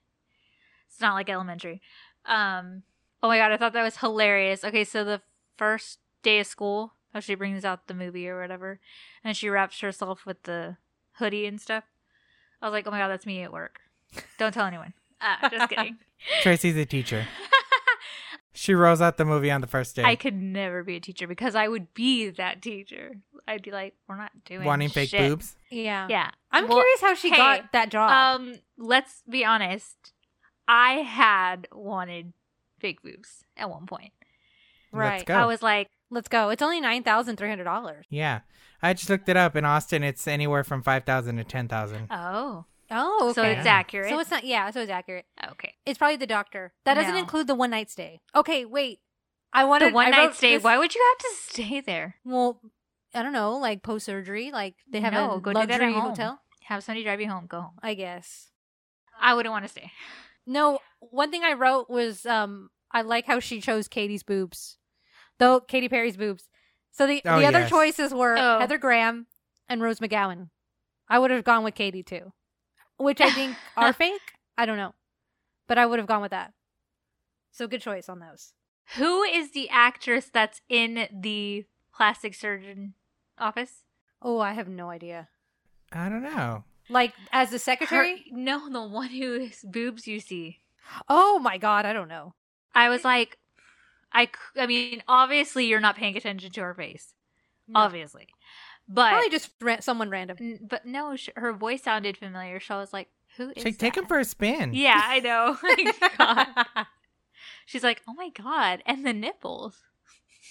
[SPEAKER 4] It's not like elementary. Um oh my god, I thought that was hilarious. Okay, so the first day of school, how she brings out the movie or whatever, and she wraps herself with the hoodie and stuff. I was like, "Oh my god, that's me at work." Don't tell anyone. Uh,
[SPEAKER 1] [laughs]
[SPEAKER 4] just kidding.
[SPEAKER 2] Tracy's a
[SPEAKER 4] [laughs]
[SPEAKER 2] teacher. She rolls out the movie on the first day.
[SPEAKER 4] I could never be a teacher because I would be that teacher. I'd be like, "We're not doing
[SPEAKER 2] wanting fake
[SPEAKER 4] shit."
[SPEAKER 2] boobs.
[SPEAKER 1] [laughs] yeah.
[SPEAKER 4] Yeah.
[SPEAKER 1] I'm
[SPEAKER 4] Well,
[SPEAKER 1] curious how she
[SPEAKER 4] hey,
[SPEAKER 1] got that
[SPEAKER 2] Oh.
[SPEAKER 1] job.
[SPEAKER 4] Um, let's be honest. I had wanted fake boobs at one point.
[SPEAKER 1] right.
[SPEAKER 2] Let's go.
[SPEAKER 4] I was like,
[SPEAKER 1] Let's go. It's only nine thousand three hundred dollars.
[SPEAKER 2] Yeah. I just looked it up. In Austin, it's anywhere from 5000 to 10000
[SPEAKER 4] "Oh,
[SPEAKER 1] Oh,
[SPEAKER 4] so
[SPEAKER 1] okay.
[SPEAKER 4] it's accurate."
[SPEAKER 1] So it's not. Yeah, so it's accurate.
[SPEAKER 4] okay.
[SPEAKER 1] It's probably the doctor. That doesn't
[SPEAKER 4] No.
[SPEAKER 1] include the one night stay. Okay, wait. I
[SPEAKER 4] What
[SPEAKER 1] wanted
[SPEAKER 4] a one
[SPEAKER 1] I
[SPEAKER 4] night
[SPEAKER 1] wrote
[SPEAKER 4] stay.
[SPEAKER 1] this-
[SPEAKER 4] Why would you have to [laughs] stay there?
[SPEAKER 1] Well, I don't know. Like post surgery, like they have
[SPEAKER 4] No,
[SPEAKER 1] a
[SPEAKER 4] go do that at
[SPEAKER 1] luxury
[SPEAKER 4] home.
[SPEAKER 1] hotel.
[SPEAKER 4] Have somebody drive you home. Go home.
[SPEAKER 1] I guess.
[SPEAKER 4] I wouldn't want to stay.
[SPEAKER 1] No, one thing I wrote was um I like how she chose Katie's boobs, though Katy Perry's boobs. So the
[SPEAKER 2] Oh,
[SPEAKER 1] the other
[SPEAKER 2] yes.
[SPEAKER 1] choices were
[SPEAKER 4] Oh.
[SPEAKER 1] Heather Graham and Rose McGowan. I would have gone with Katie too, which I think are fake. I don't know, but I would have gone with that. So good choice on those.
[SPEAKER 4] Who is the actress that's in the plastic surgeon office?
[SPEAKER 1] Oh, I have no idea.
[SPEAKER 2] I don't know.
[SPEAKER 1] Like as the
[SPEAKER 4] Her-
[SPEAKER 1] secretary?
[SPEAKER 4] no, the one whose boobs you see.
[SPEAKER 1] Oh my god, I don't know.
[SPEAKER 4] I was like, I, c- I mean, obviously you're not paying attention to her face,
[SPEAKER 1] No.
[SPEAKER 4] obviously, but
[SPEAKER 1] Probably just ra- someone
[SPEAKER 4] [laughs]
[SPEAKER 1] random.
[SPEAKER 4] n- but no, sh- her voice sounded familiar. So I was like, who is?
[SPEAKER 2] She's like, take him
[SPEAKER 4] that?"
[SPEAKER 2] for a spin.
[SPEAKER 4] Yeah,
[SPEAKER 2] [laughs]
[SPEAKER 4] I know. [laughs] Oh God. She's like, oh my god, and the nipples.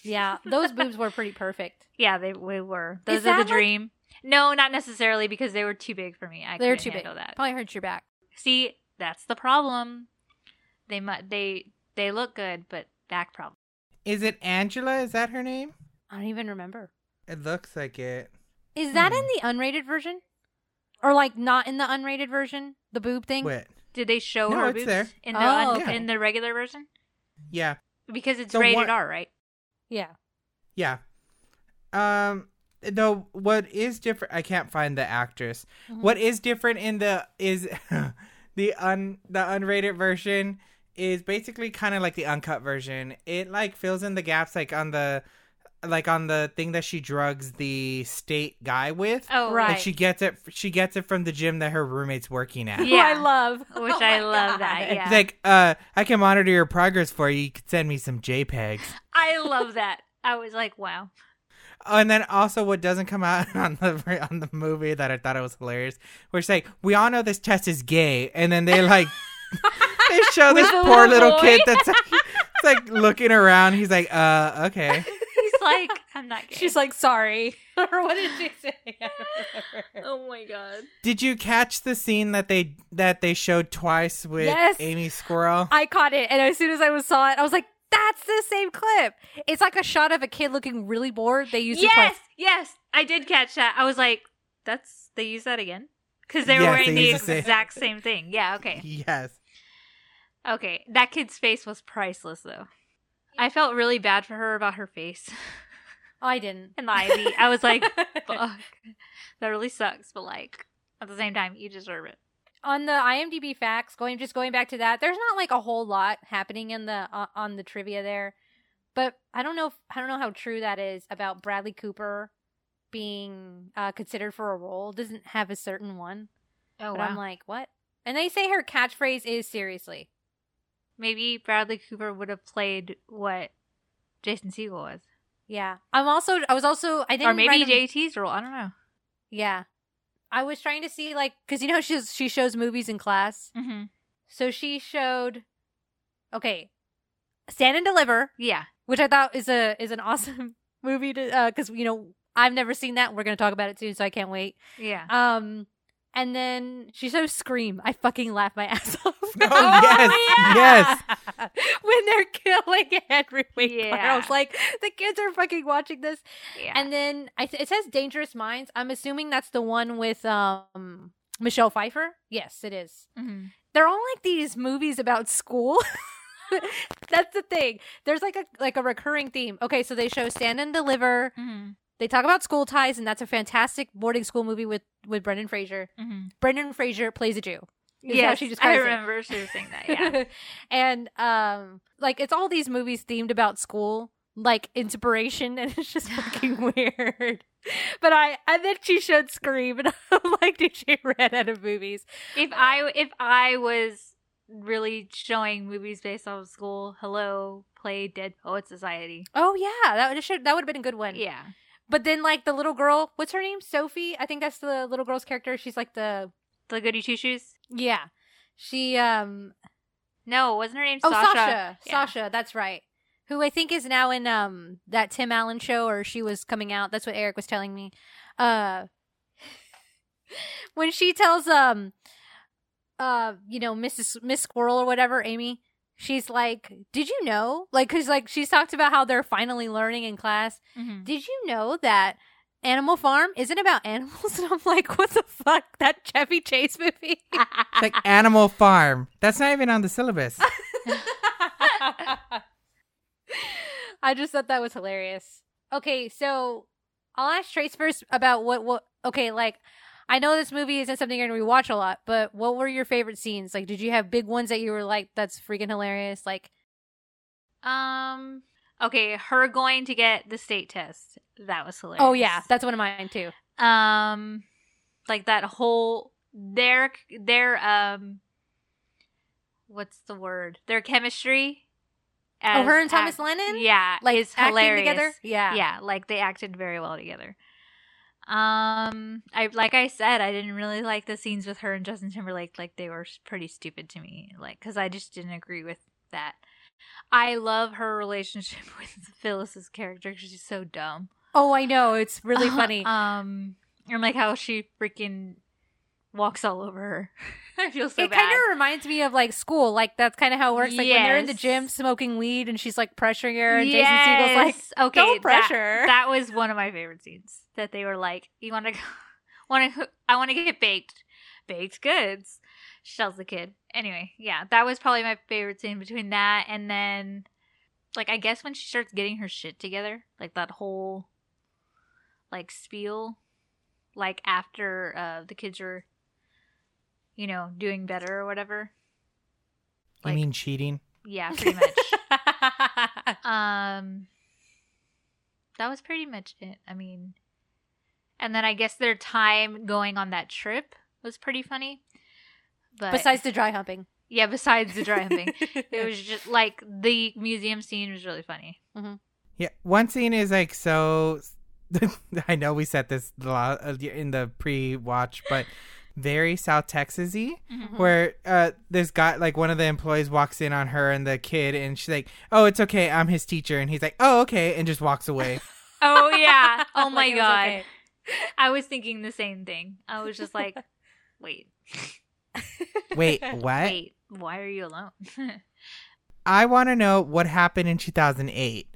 [SPEAKER 1] Yeah, those boobs were pretty perfect.
[SPEAKER 4] Yeah, they we were.
[SPEAKER 1] Is
[SPEAKER 4] Those are
[SPEAKER 1] that
[SPEAKER 4] the
[SPEAKER 1] like-
[SPEAKER 4] dream. No, not necessarily because they were too big for me. I
[SPEAKER 1] They're
[SPEAKER 4] couldn't
[SPEAKER 1] too big.
[SPEAKER 4] handle That.
[SPEAKER 1] Probably hurts your back.
[SPEAKER 4] See, that's the problem. They mu- they they look good, but back problem.
[SPEAKER 2] Is it Angela? Is that her name?
[SPEAKER 1] I don't even remember.
[SPEAKER 2] It looks like it.
[SPEAKER 1] Is that
[SPEAKER 2] Hmm.
[SPEAKER 1] in the unrated version? Or like not in the unrated version? The boob thing?
[SPEAKER 2] Wait.
[SPEAKER 4] Did they show
[SPEAKER 2] No,
[SPEAKER 4] her
[SPEAKER 2] it's
[SPEAKER 4] boobs
[SPEAKER 2] there.
[SPEAKER 4] in the
[SPEAKER 1] Oh,
[SPEAKER 4] un-
[SPEAKER 2] okay.
[SPEAKER 4] in the regular version?
[SPEAKER 2] Yeah.
[SPEAKER 4] Because it's
[SPEAKER 2] So
[SPEAKER 4] rated
[SPEAKER 2] what-
[SPEAKER 4] R, right?
[SPEAKER 1] Yeah.
[SPEAKER 2] Yeah. Um though what is different I can't find the actress.
[SPEAKER 1] Mhm.
[SPEAKER 2] What is different in the is [laughs] the un the unrated version is basically kind of like the uncut version. It like fills in the gaps like on the like on the thing that she drugs the state guy with.
[SPEAKER 4] Oh,
[SPEAKER 1] Right.
[SPEAKER 2] Like she gets it she gets it from the gym that her roommate's working at.
[SPEAKER 1] [laughs]
[SPEAKER 4] Yeah.
[SPEAKER 1] Who I love.
[SPEAKER 4] Which
[SPEAKER 1] Oh
[SPEAKER 4] I
[SPEAKER 1] my
[SPEAKER 4] love
[SPEAKER 1] God.
[SPEAKER 4] that. Yeah,
[SPEAKER 2] It's like, uh, I can monitor your progress for you. You could send me some JPEGs.
[SPEAKER 4] I love that. I was like, [laughs] wow.
[SPEAKER 2] Oh, and then also what doesn't come out [laughs] on the on the movie that I thought it was hilarious, where it's like we all know this test is gay, and then they like [laughs] they show this
[SPEAKER 4] [laughs] With a
[SPEAKER 2] poor
[SPEAKER 4] little
[SPEAKER 2] little
[SPEAKER 4] boy?
[SPEAKER 2] kid that's like, it's like looking around. He's like, uh,
[SPEAKER 4] [laughs]
[SPEAKER 2] okay,
[SPEAKER 4] He's like, I'm not gay.
[SPEAKER 1] She's like, sorry. [laughs] or what did she say? I don't remember.
[SPEAKER 4] oh my god.
[SPEAKER 2] did you catch the scene that they that they showed twice with
[SPEAKER 1] Yes.
[SPEAKER 2] Amy Squirrel?
[SPEAKER 1] I caught it. And as soon as I was, saw it, I was like, that's the same clip. It's like a shot of a kid looking really bored. They used it
[SPEAKER 4] Yes,
[SPEAKER 1] twice.
[SPEAKER 4] yes, I did catch that. I was like, that's they use that again because they were
[SPEAKER 2] Yes,
[SPEAKER 4] wearing
[SPEAKER 2] they
[SPEAKER 4] the
[SPEAKER 2] use the same-
[SPEAKER 4] exact same thing. Yeah. Okay.
[SPEAKER 2] Yes,
[SPEAKER 4] Okay. That kid's face was priceless though. I felt really bad for her about her face [laughs]
[SPEAKER 1] Oh, I didn't.
[SPEAKER 4] and the ivy. I
[SPEAKER 1] [laughs]
[SPEAKER 2] [laughs]
[SPEAKER 4] was like, fuck. That really sucks, but like at the same time, you deserve it.
[SPEAKER 1] on the IMDb facts, going just going back to that, there's not like a whole lot happening in the uh, on the trivia there, but I don't know if, I don't know how true that is about Bradley Cooper being uh, considered for a role doesn't have a certain one.
[SPEAKER 4] Oh
[SPEAKER 1] but I'm like, what? And they say her catchphrase is seriously.
[SPEAKER 4] Maybe Bradley Cooper would have played what Jason Segel was,
[SPEAKER 1] Yeah, I'm also I was also I didn't
[SPEAKER 4] or maybe
[SPEAKER 1] write 'em-
[SPEAKER 4] JT's role. I don't know.
[SPEAKER 1] yeah. I was trying to see like because you know she she shows movies in class,
[SPEAKER 4] Mm-hmm.
[SPEAKER 1] so she showed okay, Stand and Deliver.
[SPEAKER 4] Yeah,
[SPEAKER 1] which I thought is a is an [laughs] awesome uh, movie to because you know I've never seen that. We're gonna talk about it soon, so I can't wait.
[SPEAKER 4] yeah.
[SPEAKER 1] Um, And then she says scream. I fucking laugh my [laughs] ass
[SPEAKER 2] [laughs]
[SPEAKER 1] off.
[SPEAKER 2] Oh, yes, yes.
[SPEAKER 1] [laughs] when they're killing [laughs] Henry Winkler. I
[SPEAKER 4] Yeah.
[SPEAKER 1] was like, the kids are fucking watching this.
[SPEAKER 4] Yeah.
[SPEAKER 1] And then I th- it says Dangerous Minds. I'm assuming that's the one with um Michelle Pfeiffer. Yes, it is.
[SPEAKER 4] Mhm.
[SPEAKER 1] They're all like these movies about school. [laughs] that's the thing. There's like a like a recurring theme. Okay, so they show Stand and Deliver.
[SPEAKER 4] Mhm.
[SPEAKER 1] They talk about school ties, and that's a fantastic boarding school movie with with Brendan Fraser.
[SPEAKER 4] Mhm.
[SPEAKER 1] Brendan Fraser plays a Jew. Is how
[SPEAKER 4] Yes,
[SPEAKER 1] she
[SPEAKER 4] I
[SPEAKER 1] describes it. [laughs]
[SPEAKER 4] remember she was saying that. Yeah.
[SPEAKER 1] and um like it's all these movies themed about school, like inspiration and it's
[SPEAKER 4] [laughs]
[SPEAKER 1] just fucking weird. But I and then she showed Scream and [laughs] I'm like, dude, she ran out of movies.
[SPEAKER 4] if I if I was really showing movies based off of school, hello, play Dead Poet Society.
[SPEAKER 1] Oh yeah, that would should that would have been a good one.
[SPEAKER 4] Yeah.
[SPEAKER 1] But then like the little girl, what's her name? Sophie. I think that's the little girl's character. She's like the
[SPEAKER 4] The Goody Two Shoes?
[SPEAKER 1] yeah. She um
[SPEAKER 4] No, wasn't her name
[SPEAKER 1] oh
[SPEAKER 4] Sasha?
[SPEAKER 1] Sasha. Sasha,
[SPEAKER 4] Yeah.
[SPEAKER 1] that's right. Who I think is now in um that Tim Allen show or she was coming out. That's what Eric was telling me. Uh [laughs] when she tells um uh you know Mrs. Miss Squirrel or whatever, Amy, she's like, "Did you know?" Like cuz like she's talked about how they're finally learning in class
[SPEAKER 4] Mhm.
[SPEAKER 1] did you know that Animal Farm isn't about animals? [laughs] And I'm like, what the fuck? That Chevy Chase movie? [laughs]
[SPEAKER 2] It's like Animal Farm. That's not even on the
[SPEAKER 4] [laughs]
[SPEAKER 2] syllabus.
[SPEAKER 1] I just thought that was hilarious. Okay, so I'll ask Trace first about what what. Okay, like I know this movie isn't something you're gonna rewatch a lot, but what were your favorite scenes? Like, did you have big ones that you were like, that's freaking hilarious? Like,
[SPEAKER 4] Um okay, her going to get the state test. That was hilarious.
[SPEAKER 1] oh yeah, that's one of mine too.
[SPEAKER 4] um like that whole their their um what's the word their chemistry
[SPEAKER 1] Oh,
[SPEAKER 4] as
[SPEAKER 1] her and Thomas
[SPEAKER 4] act-
[SPEAKER 1] Lennon,
[SPEAKER 4] yeah
[SPEAKER 1] like
[SPEAKER 4] is
[SPEAKER 1] acting
[SPEAKER 4] hilarious
[SPEAKER 1] together. Yeah,
[SPEAKER 4] yeah. like they acted very well together um i like i said i didn't really like the scenes with her and justin timberlake like they were s- pretty stupid to me like because i just didn't agree with that i love her relationship [laughs] with phyllis's character 'cause she's so dumb
[SPEAKER 1] Oh, I know, it's really
[SPEAKER 4] [laughs] uh,
[SPEAKER 1] funny.
[SPEAKER 4] Um, I'm like how she freaking walks all over her. [laughs] I feel so
[SPEAKER 1] it
[SPEAKER 4] bad.
[SPEAKER 1] kind of reminds me of like school. Like that's kind of how it works. Like when they're in the
[SPEAKER 4] Yes.
[SPEAKER 1] gym smoking weed and she's like pressuring her, and Jason Siegel's like,
[SPEAKER 4] Yes. okay,
[SPEAKER 1] "Don't
[SPEAKER 4] that-
[SPEAKER 1] pressure." [laughs]
[SPEAKER 4] That, was one of my favorite scenes. That they were like, "You want to, [laughs] want to, I want to get baked, baked goods." She tells the kid. Anyway, yeah, that was probably my favorite scene between that and then, like, I guess when she starts getting her shit together, like that whole, like spiel, like after uh, the kids are, you know, doing better or whatever.
[SPEAKER 2] I
[SPEAKER 4] Like-
[SPEAKER 2] mean cheating.
[SPEAKER 4] Yeah, pretty much. Um, that was pretty much it. I mean, and then I guess their time going on that trip was pretty funny. [laughs] But
[SPEAKER 1] besides the dry humping,
[SPEAKER 4] yeah, besides [laughs]
[SPEAKER 1] [laughs]
[SPEAKER 4] the dry humping, it was just like the museum scene was really funny.
[SPEAKER 2] Yeah, one scene is like so. [laughs] I know we said this a lot, uh, in the pre-watch, but very South Texasy,
[SPEAKER 1] Mm-hmm.
[SPEAKER 2] where uh, this guy, like one of the employees, walks in on her and the kid, and she's like, "Oh, it's okay, I'm his teacher," and he's like, "Oh, okay," and just
[SPEAKER 1] [laughs]
[SPEAKER 2] walks away.
[SPEAKER 4] Oh yeah! [laughs] Oh
[SPEAKER 1] Like,
[SPEAKER 4] my
[SPEAKER 1] it was
[SPEAKER 4] god!
[SPEAKER 1] okay.
[SPEAKER 4] I was thinking the same thing. I was
[SPEAKER 1] [laughs]
[SPEAKER 4] just like, wait,
[SPEAKER 2] Wait, what?
[SPEAKER 4] wait, why are you alone? [laughs]
[SPEAKER 2] I want to know what happened in 2008.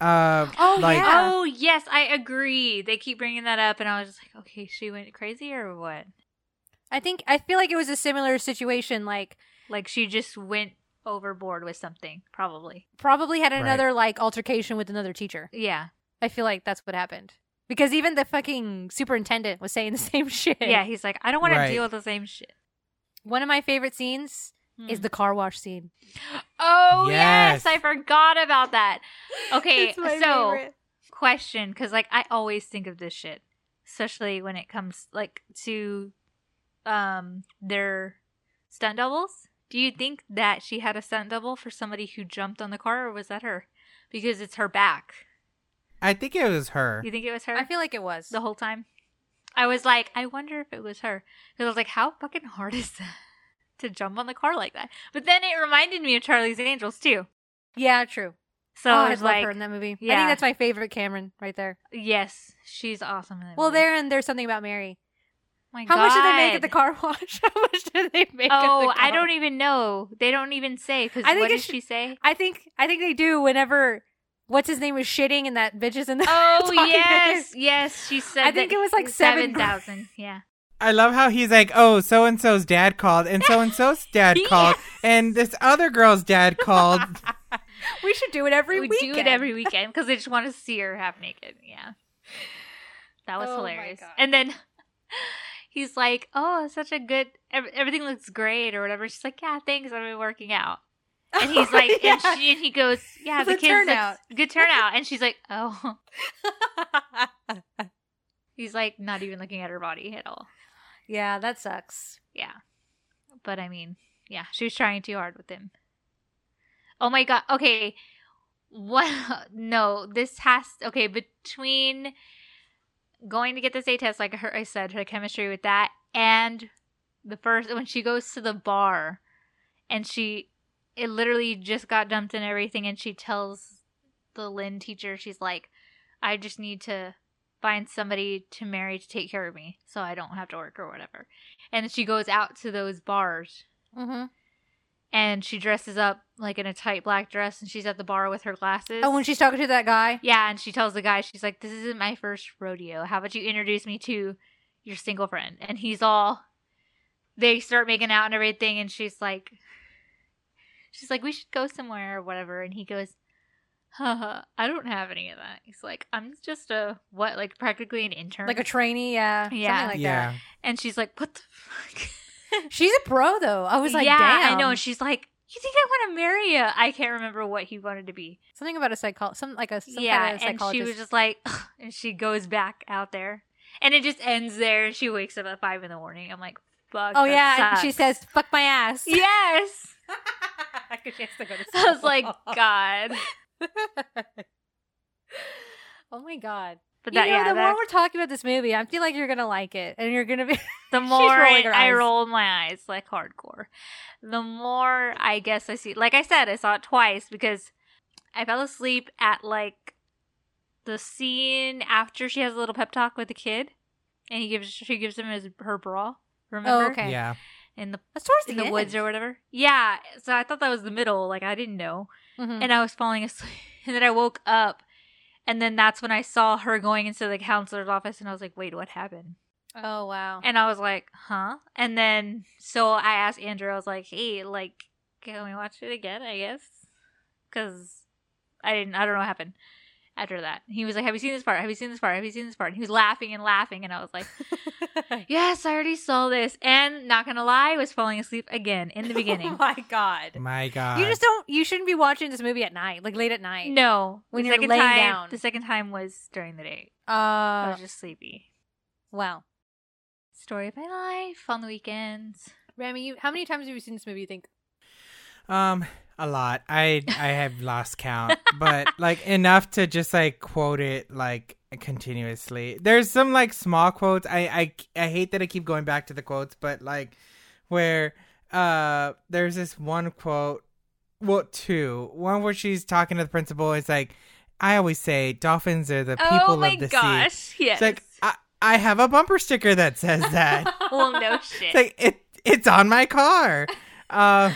[SPEAKER 2] Uh,
[SPEAKER 1] Oh,
[SPEAKER 2] like,
[SPEAKER 1] yeah.
[SPEAKER 4] Oh yes, I agree. They keep bringing that up, and I was just like, okay, she went crazy or what?
[SPEAKER 1] I think I feel like it was a similar situation. Like
[SPEAKER 4] Like she just went overboard with something, probably.
[SPEAKER 1] probably had
[SPEAKER 2] Right.
[SPEAKER 1] another like altercation with another teacher.
[SPEAKER 4] Yeah.
[SPEAKER 1] I feel like that's what happened because even the fucking superintendent was saying the [laughs] same shit.
[SPEAKER 4] Yeah, he's like, I don't want
[SPEAKER 2] Right.
[SPEAKER 4] to deal with the same shit.
[SPEAKER 1] one of my favorite scenes
[SPEAKER 4] Mm.
[SPEAKER 1] is the car wash scene.
[SPEAKER 4] Oh yes.
[SPEAKER 2] Yes.
[SPEAKER 4] I forgot about
[SPEAKER 1] [laughs]
[SPEAKER 4] that. Okay,
[SPEAKER 1] It's my
[SPEAKER 4] so
[SPEAKER 1] favorite. [laughs]
[SPEAKER 4] question cuz like I always think of this shit, especially when it comes like to um their stunt doubles. Do you think that she had a stunt double for somebody who jumped on the car or was that her? Because it's her back.
[SPEAKER 2] I think it was her.
[SPEAKER 4] You think it was her?
[SPEAKER 1] I feel like it was.
[SPEAKER 4] the whole time. I was like, I wonder if it was her. Because I was like, how fucking hard is that [laughs] to jump on the car like that? But then it reminded me of Charlie's Angels too.
[SPEAKER 1] yeah, true.
[SPEAKER 4] So
[SPEAKER 1] oh,
[SPEAKER 4] I
[SPEAKER 1] I
[SPEAKER 4] was
[SPEAKER 1] love
[SPEAKER 4] like,
[SPEAKER 1] her in that movie. I think
[SPEAKER 4] yeah.
[SPEAKER 1] that's my favorite Cameron right there.
[SPEAKER 4] yes, she's awesome. in that
[SPEAKER 1] Well,
[SPEAKER 4] movie.
[SPEAKER 1] there and there's something about Mary.
[SPEAKER 4] my
[SPEAKER 1] How
[SPEAKER 4] god.
[SPEAKER 1] much did they make at the car [laughs] wash? How much did they make?
[SPEAKER 4] Oh,
[SPEAKER 1] at the
[SPEAKER 4] I
[SPEAKER 1] car-
[SPEAKER 4] don't even know. They don't even say because
[SPEAKER 1] I think
[SPEAKER 4] what
[SPEAKER 1] it
[SPEAKER 4] did
[SPEAKER 1] should- [laughs]
[SPEAKER 4] she say?
[SPEAKER 1] I think I think they do whenever what's his name was shitting and that bitch is in the.
[SPEAKER 4] Oh
[SPEAKER 1] talking to
[SPEAKER 4] yes,
[SPEAKER 1] him.
[SPEAKER 4] yes. She said.
[SPEAKER 1] I think
[SPEAKER 4] that
[SPEAKER 1] it was like seven-
[SPEAKER 4] seven thousand. [laughs] Yeah.
[SPEAKER 2] I love how he's like, oh, so and so's dad
[SPEAKER 1] [laughs]
[SPEAKER 2] called, and so and so's dad called, and this other girl's
[SPEAKER 1] [laughs]
[SPEAKER 2] dad called.
[SPEAKER 1] [laughs] Oh We should do it every
[SPEAKER 4] we
[SPEAKER 1] week.
[SPEAKER 4] do it every weekend because they just want to see her half naked. Yeah, that was
[SPEAKER 1] Oh my
[SPEAKER 4] hilarious.
[SPEAKER 1] God.
[SPEAKER 4] And then [laughs] he's like, "Oh, it's such a good. ev- Everything looks great, or whatever." She's like, "Yeah, thanks. I've been working out." And he's
[SPEAKER 1] [laughs]
[SPEAKER 4] like, and, she, and he goes, "Yeah,
[SPEAKER 1] It's
[SPEAKER 4] the
[SPEAKER 1] a
[SPEAKER 4] kids
[SPEAKER 1] turnout."
[SPEAKER 4] Looks, good turnout." And she's like, "Oh." [laughs] He's like not even looking at her body at all.
[SPEAKER 1] [laughs] yeah, that sucks.
[SPEAKER 4] Yeah. But I mean, yeah, she was trying too hard with him. Oh my god. Okay. What [laughs] no, this has okay, between going to get this A test, like her I said, her chemistry with that, and the first when she goes to the bar and she it literally just got dumped and everything and she tells the Lynn teacher, she's like, I just need to find somebody to marry to take care of me so I don't have to work or whatever and she goes out to those bars
[SPEAKER 1] Mm-hmm.
[SPEAKER 4] and she dresses up like in a tight black dress and she's at the bar with her glasses.
[SPEAKER 1] Oh, when she's talking to that guy.
[SPEAKER 4] yeah, and she tells the guy she's like, "This isn't my first rodeo. How about you introduce me to your single friend?" And he's all they start making out and everything and she's like she's like, "We should go somewhere or whatever." And he goes, "Haha, I don't have any of that." He's like, "I'm just a what, like practically an intern."
[SPEAKER 1] Like a trainee, yeah,
[SPEAKER 4] Yeah.
[SPEAKER 1] something like
[SPEAKER 2] yeah.
[SPEAKER 4] and she's like, "What the fuck?"
[SPEAKER 1] that. She's a pro though. I was like,
[SPEAKER 4] yeah,
[SPEAKER 1] damn.
[SPEAKER 4] I know. And she's like, you think I want to marry you? I can't remember what he wanted to be.
[SPEAKER 1] something about a psycho, some like a some
[SPEAKER 4] yeah,
[SPEAKER 1] kind of
[SPEAKER 4] and
[SPEAKER 1] psychologist.
[SPEAKER 4] she was just like, [laughs] "Ugh," and she goes back out there, and it just ends there. And she wakes up at five in the morning. I'm like, fuck.
[SPEAKER 1] oh
[SPEAKER 4] that
[SPEAKER 1] yeah, and she
[SPEAKER 4] sucks.
[SPEAKER 1] says, "Fuck my ass."
[SPEAKER 4] yes. [laughs]
[SPEAKER 1] 'Cause she has to go to
[SPEAKER 4] I
[SPEAKER 1] [laughs]
[SPEAKER 4] was like,
[SPEAKER 1] school.
[SPEAKER 4] God.
[SPEAKER 1] [laughs] oh my god!
[SPEAKER 4] But
[SPEAKER 1] you
[SPEAKER 4] that,
[SPEAKER 1] know,
[SPEAKER 4] yeah,
[SPEAKER 1] the
[SPEAKER 4] that-
[SPEAKER 1] more we're talking about this movie, I feel like you're gonna like it, and you're gonna be. [laughs]
[SPEAKER 4] the more
[SPEAKER 1] rolling her
[SPEAKER 4] I
[SPEAKER 1] eyes.
[SPEAKER 4] roll my eyes like hardcore, the more I guess I see. Like I said, I saw it twice because I fell asleep at like the scene after she has a little pep talk with the kid, and he gives she gives him his her bra. Remember?
[SPEAKER 1] Oh, okay.
[SPEAKER 2] Yeah.
[SPEAKER 4] In the
[SPEAKER 1] That's towards the,
[SPEAKER 4] in the
[SPEAKER 1] end.
[SPEAKER 4] woods or whatever. Yeah. So I thought that was the middle. Like I didn't know,
[SPEAKER 1] Mhm.
[SPEAKER 4] and I was falling asleep, [laughs] and then I woke up. And then that's when I saw her going into the counselor's office, and I was like, "Wait, what happened?"
[SPEAKER 1] oh wow!
[SPEAKER 4] [laughs] And I was like, huh? And then, so I asked Andrew, I was like, hey, like, can we watch it again, I guess? Because I didn't, I don't know what happened after that. He was like, have you seen this part? Have you seen this part? Have you seen this part? And he was laughing and laughing. And I was
[SPEAKER 1] [laughs]
[SPEAKER 4] like, yes, I already saw this. And not going to lie, I was falling asleep again in the
[SPEAKER 1] [laughs] oh
[SPEAKER 4] beginning.
[SPEAKER 1] my god!
[SPEAKER 2] My God.
[SPEAKER 1] you just don't. You shouldn't be watching this movie at night, like late at night.
[SPEAKER 4] no.
[SPEAKER 1] When
[SPEAKER 4] the
[SPEAKER 1] you're
[SPEAKER 4] second
[SPEAKER 1] laying
[SPEAKER 4] time,
[SPEAKER 1] down.
[SPEAKER 4] The second time was during the day. I
[SPEAKER 1] Uh,
[SPEAKER 4] was just sleepy.
[SPEAKER 1] wow.
[SPEAKER 4] Story of my life on the weekends.
[SPEAKER 1] Rami, you, how many times have you seen this movie? You think?
[SPEAKER 2] Um, a lot. I I have lost count,
[SPEAKER 4] [laughs]
[SPEAKER 2] but like enough to just like quote it like continuously. There's some like small quotes. I I I hate that I keep going back to the quotes, but like where uh there's this one quote, well two, one where she's talking to the principal. It's like I always say, dolphins are the people
[SPEAKER 4] oh my
[SPEAKER 2] of the
[SPEAKER 4] gosh.
[SPEAKER 2] sea.
[SPEAKER 4] Yes.
[SPEAKER 2] It's
[SPEAKER 4] [laughs]
[SPEAKER 2] like I I have a bumper sticker that says that. [laughs]
[SPEAKER 4] well, no shit.
[SPEAKER 2] It's like it it's on my car. Uh,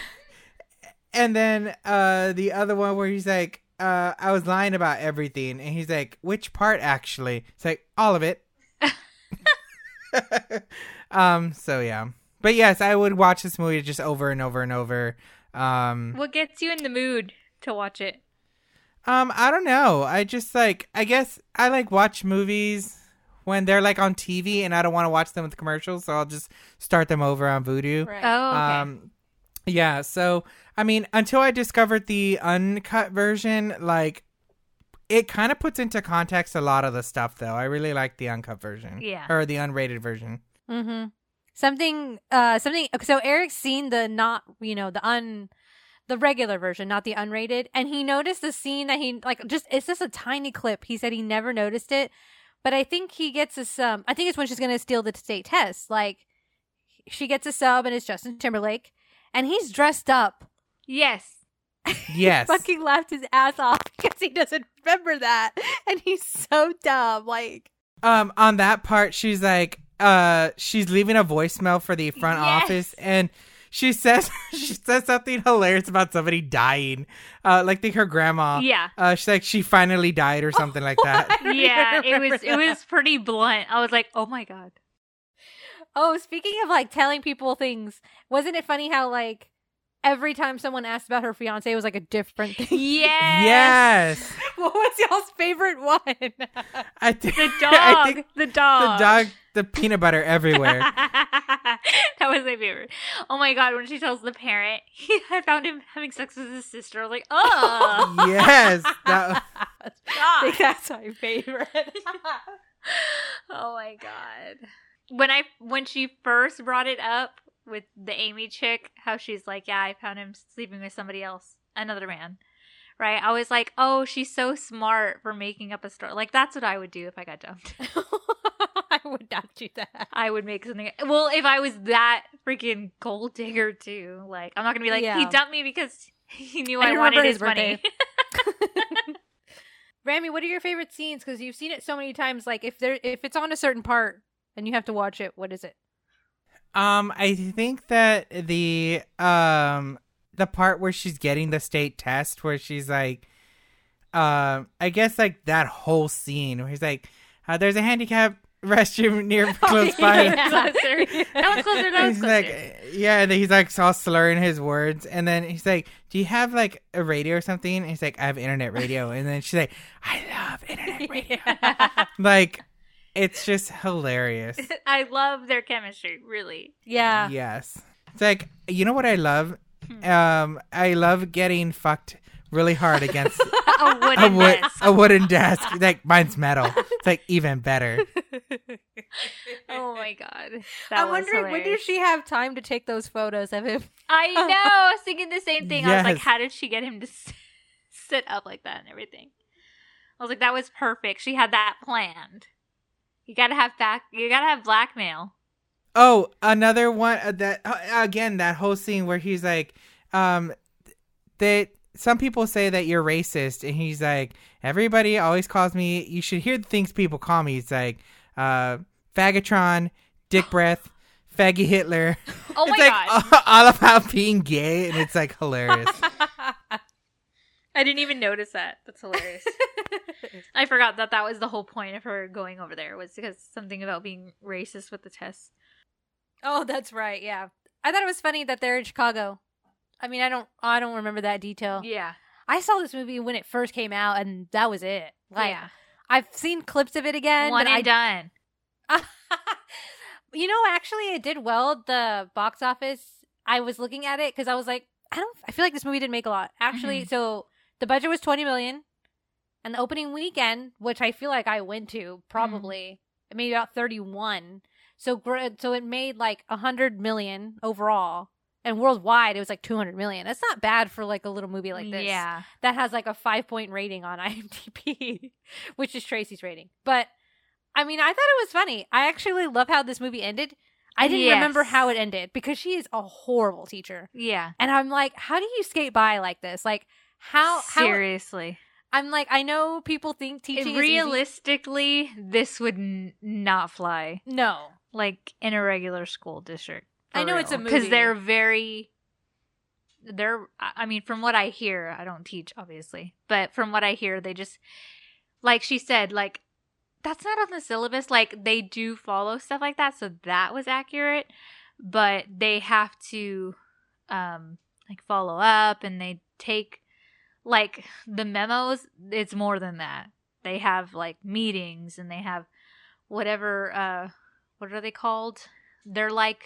[SPEAKER 2] and then uh, the other one where he's like, uh, I was lying about everything, and he's like, which part actually? It's like all of it. [laughs] um. So yeah, but yes, I would watch this movie just over and over and over. Um.
[SPEAKER 4] What gets you in the mood to watch it?
[SPEAKER 2] Um, I don't know. I just like I guess I like watch movies when they're like on TV and I don't want to watch them with commercials, so I'll just start them over on Vudu.
[SPEAKER 1] Right.
[SPEAKER 4] Oh, okay.
[SPEAKER 2] Um, yeah. So I mean, until I discovered the uncut version, like it kind of puts into context a lot of the stuff. Though I really like the uncut version.
[SPEAKER 4] Yeah.
[SPEAKER 2] Or the unrated
[SPEAKER 4] [laughs]
[SPEAKER 2] version.
[SPEAKER 1] Mm-hmm. Something. Uh, something. So Eric's seen the not. You know the un. The regular version, not the unrated, and he noticed the scene that he like. Just it's just a tiny clip. He said he never noticed it, but I think he gets a sub. I think it's when she's going to steal the state test. Like she gets a sub, and it's Justin Timberlake, and he's dressed up
[SPEAKER 4] yes.
[SPEAKER 2] Yes.
[SPEAKER 1] fucking laughed his ass off [laughs] because he doesn't remember that. And he's so dumb. Like,
[SPEAKER 2] um. On that part, she's like, uh she's leaving a voicemail for the front
[SPEAKER 6] Yes.
[SPEAKER 2] office and she says [laughs] she says something hilarious about somebody dying. Uh like think her grandma.
[SPEAKER 4] yeah.
[SPEAKER 2] Uh she's like she finally died or something like that.
[SPEAKER 1] [laughs]
[SPEAKER 4] [laughs]
[SPEAKER 1] I don't
[SPEAKER 4] Yeah,
[SPEAKER 1] even
[SPEAKER 4] it
[SPEAKER 1] remember
[SPEAKER 4] was it
[SPEAKER 1] that.
[SPEAKER 4] was pretty blunt. I was like, "Oh my
[SPEAKER 2] [laughs]
[SPEAKER 4] god."
[SPEAKER 1] Oh, speaking of like telling people things, wasn't it funny how like every time someone asked about her fiance it was like a
[SPEAKER 4] [laughs]
[SPEAKER 1] different thing? [laughs]
[SPEAKER 4] Yeah.
[SPEAKER 2] Yes.
[SPEAKER 1] what was y'all's favorite one?
[SPEAKER 2] [laughs] I think
[SPEAKER 4] The
[SPEAKER 2] I
[SPEAKER 4] dog,
[SPEAKER 2] think the
[SPEAKER 4] the dog.
[SPEAKER 2] dog the peanut butter everywhere.
[SPEAKER 4] [laughs] that was my favorite. Oh my god, when she tells the parent, [laughs] he I found him having sex with his sister. I was like,
[SPEAKER 1] [laughs]
[SPEAKER 4] "Oh."
[SPEAKER 2] yes. That
[SPEAKER 4] Ah.
[SPEAKER 1] I think that's my favorite. [laughs]
[SPEAKER 4] oh my god. When I when she first brought it up with the Amy chick, how she's like, "Yeah, I found him sleeping with somebody else, another man." Right? I was like, "Oh, she's so smart for making up a story." Like that's what I would do if I got dumped.
[SPEAKER 1] [laughs] I would not do that.
[SPEAKER 4] I would make something. Well, if I was that freaking gold digger too, like I'm not gonna be like he
[SPEAKER 1] Yeah.
[SPEAKER 4] dumped me because [laughs] he knew
[SPEAKER 1] I
[SPEAKER 4] I,
[SPEAKER 1] remember
[SPEAKER 4] wanted
[SPEAKER 1] his
[SPEAKER 4] his money.
[SPEAKER 1] Rami, what are your favorite scenes? Because you've seen it so many times. Like if there if it's on a certain part and you have to watch it, what is it?
[SPEAKER 2] um I think that the um the part where she's getting the state test where she's like um I guess like that whole scene where he's like uh, there's a handicap [laughs] restroom near
[SPEAKER 1] Oh, [laughs]
[SPEAKER 2] close by
[SPEAKER 4] yeah. Closer. [laughs] That one's closer. That one's
[SPEAKER 2] he's like,
[SPEAKER 4] closer.
[SPEAKER 2] yeah, and then he's like all slurring his words, and then he's like, "Do you have like a radio or something?" And he's like, "I have internet
[SPEAKER 4] [laughs]
[SPEAKER 2] radio," and then she's like, "I love internet radio." [laughs] Like, it's just
[SPEAKER 4] [laughs]
[SPEAKER 2] hilarious.
[SPEAKER 4] [laughs] I love their chemistry. Really,
[SPEAKER 1] Yeah.
[SPEAKER 2] Yes, it's like you know what I love.
[SPEAKER 4] Hmm.
[SPEAKER 2] Um, I love getting fucked really hard against
[SPEAKER 4] a
[SPEAKER 2] a
[SPEAKER 4] [laughs] wooden
[SPEAKER 2] wood
[SPEAKER 4] desk.
[SPEAKER 2] a wooden desk. Like mine's metal. It's like even better.
[SPEAKER 1] [laughs]
[SPEAKER 4] Oh my god. That
[SPEAKER 1] I'm
[SPEAKER 4] was
[SPEAKER 1] wondering when
[SPEAKER 4] hilarious.
[SPEAKER 1] does she have time to take those photos of him? [laughs]
[SPEAKER 4] I know. I was thinking the same thing. I was like,
[SPEAKER 2] Yes.
[SPEAKER 4] how did she get him to s- [laughs] sit up like that and everything? I was like, that was perfect. She had that planned. You gotta have back. You gotta have blackmail.
[SPEAKER 2] Oh, another one uh, that uh, again that whole scene where he's like, um, th- that some people say that you're racist, and he's like, everybody always calls me. You should hear the things people call me. It's like, uh, faggotron,
[SPEAKER 4] [gasps]
[SPEAKER 2] dick breath, faggy Hitler.
[SPEAKER 4] Oh
[SPEAKER 2] it's
[SPEAKER 4] my
[SPEAKER 2] like oh,
[SPEAKER 4] god!
[SPEAKER 2] [laughs] all about being gay, and it's like hilarious.
[SPEAKER 4] [laughs] I didn't even notice that.
[SPEAKER 1] [laughs]
[SPEAKER 4] That's hilarious. I forgot that that was the whole point of her going over there was because something about being racist with the test.
[SPEAKER 1] Oh, that's right. Yeah. I thought it was funny that they're in Chicago. I mean, I don't I don't remember that detail.
[SPEAKER 4] Yeah,
[SPEAKER 1] I saw this movie when it first came out and that was it. Like
[SPEAKER 4] yeah.
[SPEAKER 1] I've seen clips of it again,
[SPEAKER 4] One
[SPEAKER 1] but
[SPEAKER 4] and
[SPEAKER 1] I
[SPEAKER 4] done.
[SPEAKER 1] [laughs] you know, actually, it did well. The box office. I was looking at it because I was like, I don't. I feel like this movie didn't make a lot. Actually, so the budget was twenty million, and the opening weekend, which I feel like I went to, probably it made about thirty one. So gr- so it made like a hundred million overall, and worldwide it was like two hundred million. That's not bad for like a little movie like this
[SPEAKER 4] Yeah,
[SPEAKER 1] that has like a five point rating on [laughs] IMDb, which is Tracy's rating. But I mean, I thought it was funny. I actually love how this movie ended. I didn't remember
[SPEAKER 4] Yes.
[SPEAKER 1] how it ended because she is a horrible teacher.
[SPEAKER 4] yeah.
[SPEAKER 1] And I'm like, how do you skate by like this? Like, how, how,
[SPEAKER 4] Seriously.
[SPEAKER 1] I'm like, I know people think teaching is
[SPEAKER 4] realistically this would n- not fly
[SPEAKER 1] easy. No.
[SPEAKER 4] like in a regular school district
[SPEAKER 1] I know it's a
[SPEAKER 4] because
[SPEAKER 1] movie.
[SPEAKER 4] they're very they're i I mean from what i hear i don't teach obviously but from what i hear they just like she said like that's not on the syllabus like they do follow stuff like that so that was accurate but they have to um like follow up and they take like the memos it's more than that they have like meetings and they have whatever uh what are they called they're like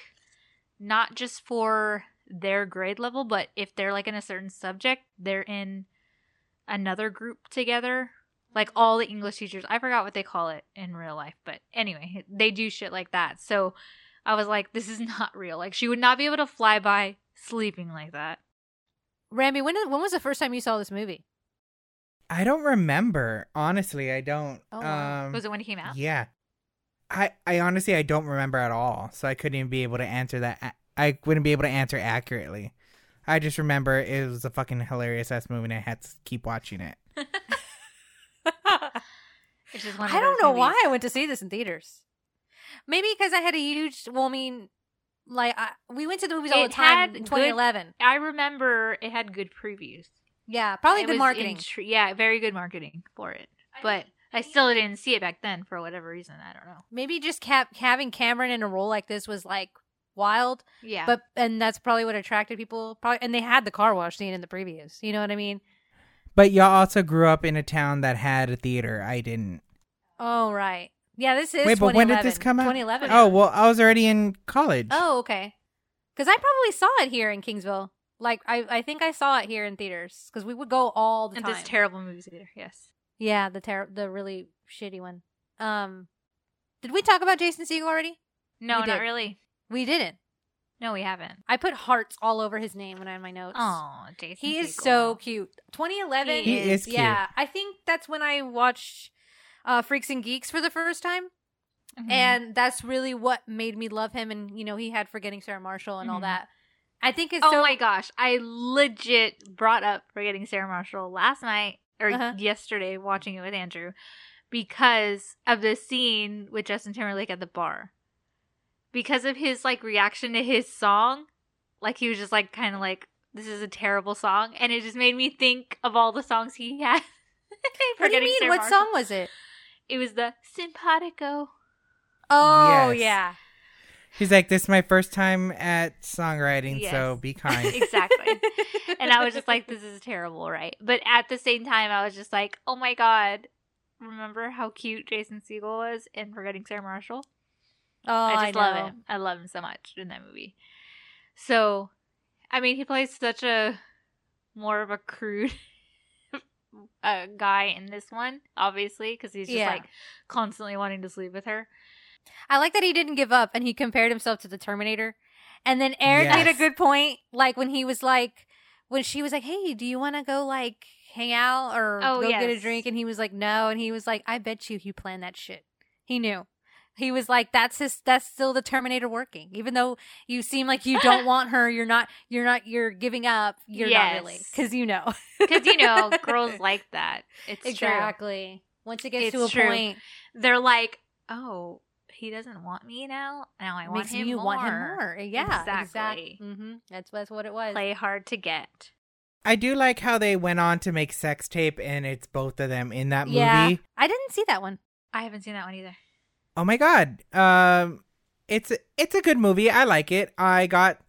[SPEAKER 4] not just for their grade level but if they're like in a certain subject they're in another group together like all the english teachers i forgot what they call it in real life but anyway they do shit like that so i was like this is [laughs] not real like she would not be able to fly by sleeping like that
[SPEAKER 1] Rami, when, when was the first time you saw this
[SPEAKER 4] [laughs]
[SPEAKER 1] movie?
[SPEAKER 2] I don't remember honestly. I don't.
[SPEAKER 1] Oh, wow.
[SPEAKER 2] um,
[SPEAKER 4] was it when it came out
[SPEAKER 2] Yeah. I I honestly I don't remember at all, so I couldn't even be able to answer that. a- I wouldn't be able to answer accurately. I just remember it was a fucking hilarious ass movie, and I had to keep watching it.
[SPEAKER 4] It's just one of
[SPEAKER 1] I don't
[SPEAKER 4] those
[SPEAKER 1] know
[SPEAKER 4] movies.
[SPEAKER 1] why I went to see this in theaters. Maybe because I had a huge. Well, I mean, like I, we went to the movies all
[SPEAKER 4] It
[SPEAKER 1] the time.
[SPEAKER 4] had
[SPEAKER 1] in
[SPEAKER 4] good-
[SPEAKER 1] 2011.
[SPEAKER 4] I remember it had good previews.
[SPEAKER 1] Yeah, probably
[SPEAKER 4] It
[SPEAKER 1] good
[SPEAKER 4] was
[SPEAKER 1] marketing.
[SPEAKER 4] intri- yeah, very good marketing for it. But I still didn't see it back then for whatever reason. I don't know.
[SPEAKER 1] Maybe just cap- having Cameron in a role like this was like wild.
[SPEAKER 4] Yeah,
[SPEAKER 1] But and that's probably what attracted people. Probably, and they had the car wash scene in the previews. You know what I mean?
[SPEAKER 2] But y'all also grew up in a town that had a theater. I didn't.
[SPEAKER 1] Oh right. Yeah, this is.
[SPEAKER 2] Wait, but when did
[SPEAKER 1] 2011.
[SPEAKER 2] this come out?
[SPEAKER 1] 2011.
[SPEAKER 2] Oh well, I was already in college.
[SPEAKER 1] Oh, okay. Because I probably saw it here in Kingsville. Like I, I think I saw it here in theaters because we would go all the
[SPEAKER 4] and
[SPEAKER 1] time.
[SPEAKER 4] this terrible movie theater. Yes.
[SPEAKER 1] yeah, the ter- the really shitty one. Um, did we talk about Jason Segel already?
[SPEAKER 4] No,
[SPEAKER 1] We
[SPEAKER 4] not
[SPEAKER 1] did.
[SPEAKER 4] really.
[SPEAKER 1] We didn't.
[SPEAKER 4] No, we haven't.
[SPEAKER 1] I put hearts all over his name when I had my notes.
[SPEAKER 4] Oh, Jason.
[SPEAKER 1] he is
[SPEAKER 4] Segel.
[SPEAKER 1] so cute. 2011.
[SPEAKER 4] He
[SPEAKER 2] is cute.
[SPEAKER 1] Yeah, I think that's when I watched uh, Freaks and Geeks for the first time.
[SPEAKER 4] Mhm.
[SPEAKER 1] and that's really what made me love him. And you know, he had forgetting Sarah Marshall and all
[SPEAKER 4] Mhm.
[SPEAKER 1] that. I think [laughs] it's
[SPEAKER 4] oh
[SPEAKER 1] so
[SPEAKER 4] my gosh, I legit brought up forgetting Sarah Marshall last night or
[SPEAKER 1] Uh-huh.
[SPEAKER 4] yesterday watching it with Andrew because of the scene with Justin Timberlake at the bar. Because of his like reaction to his song, like he was just like kind of like this is a terrible song, and it just made me think of all the songs he had. [laughs]
[SPEAKER 1] What do you
[SPEAKER 4] Forgetting
[SPEAKER 1] mean?
[SPEAKER 4] Sarah
[SPEAKER 1] What
[SPEAKER 4] Marshall.
[SPEAKER 1] song was it?
[SPEAKER 4] It was the simpatico.
[SPEAKER 1] Oh
[SPEAKER 2] Yes.
[SPEAKER 1] yeah,
[SPEAKER 2] He's like, this is my first time at songwriting,
[SPEAKER 4] Yes.
[SPEAKER 2] so be kind.
[SPEAKER 1] [laughs]
[SPEAKER 4] Exactly. [laughs] and I was just like, this is terrible, right? But at the same time, I was just like, oh my God, remember how cute Jason Segel was in Forgetting Sarah Marshall?
[SPEAKER 1] oh,
[SPEAKER 4] I just love
[SPEAKER 1] know.
[SPEAKER 4] him. I love him so much in that movie. So, I mean, he plays such a more of a crude [laughs] uh, guy in this one, obviously, because he's just
[SPEAKER 1] Yeah.
[SPEAKER 4] like constantly wanting to sleep with her.
[SPEAKER 1] I like that he didn't give up and he compared himself to the Terminator. And then Eric made a
[SPEAKER 2] Yes.
[SPEAKER 1] good point, like when he was like, when she was like, "Hey, do you want to go like hang out or
[SPEAKER 4] Oh,
[SPEAKER 1] go get a
[SPEAKER 4] yes.
[SPEAKER 1] drink?" And he was like, "No," and he was like, "I bet you he planned that shit." He knew. He was like, "That's his. That's still the Terminator working, even though you seem like you
[SPEAKER 4] [laughs]
[SPEAKER 1] don't want her. You're not. You're not. You're giving up. You're not really
[SPEAKER 4] Yes.
[SPEAKER 1] because you know. [laughs]
[SPEAKER 4] Because, you know, girls like that. It's true.
[SPEAKER 1] exactly. Once it gets
[SPEAKER 4] It's
[SPEAKER 1] to a
[SPEAKER 4] true.
[SPEAKER 1] point,
[SPEAKER 4] they're like, oh, he doesn't want me now. Now I want
[SPEAKER 1] makes
[SPEAKER 4] him
[SPEAKER 1] you
[SPEAKER 4] more.
[SPEAKER 1] want him more. Yeah,
[SPEAKER 4] Exactly.
[SPEAKER 1] hmm That's that's what it was.
[SPEAKER 4] Play hard to get.
[SPEAKER 2] I do like how they went on to make sex tape, and it's both of them in that movie.
[SPEAKER 1] I didn't see that one.
[SPEAKER 4] I haven't seen that one either.
[SPEAKER 2] Oh my god. Um it's it's a good movie. I like it. I got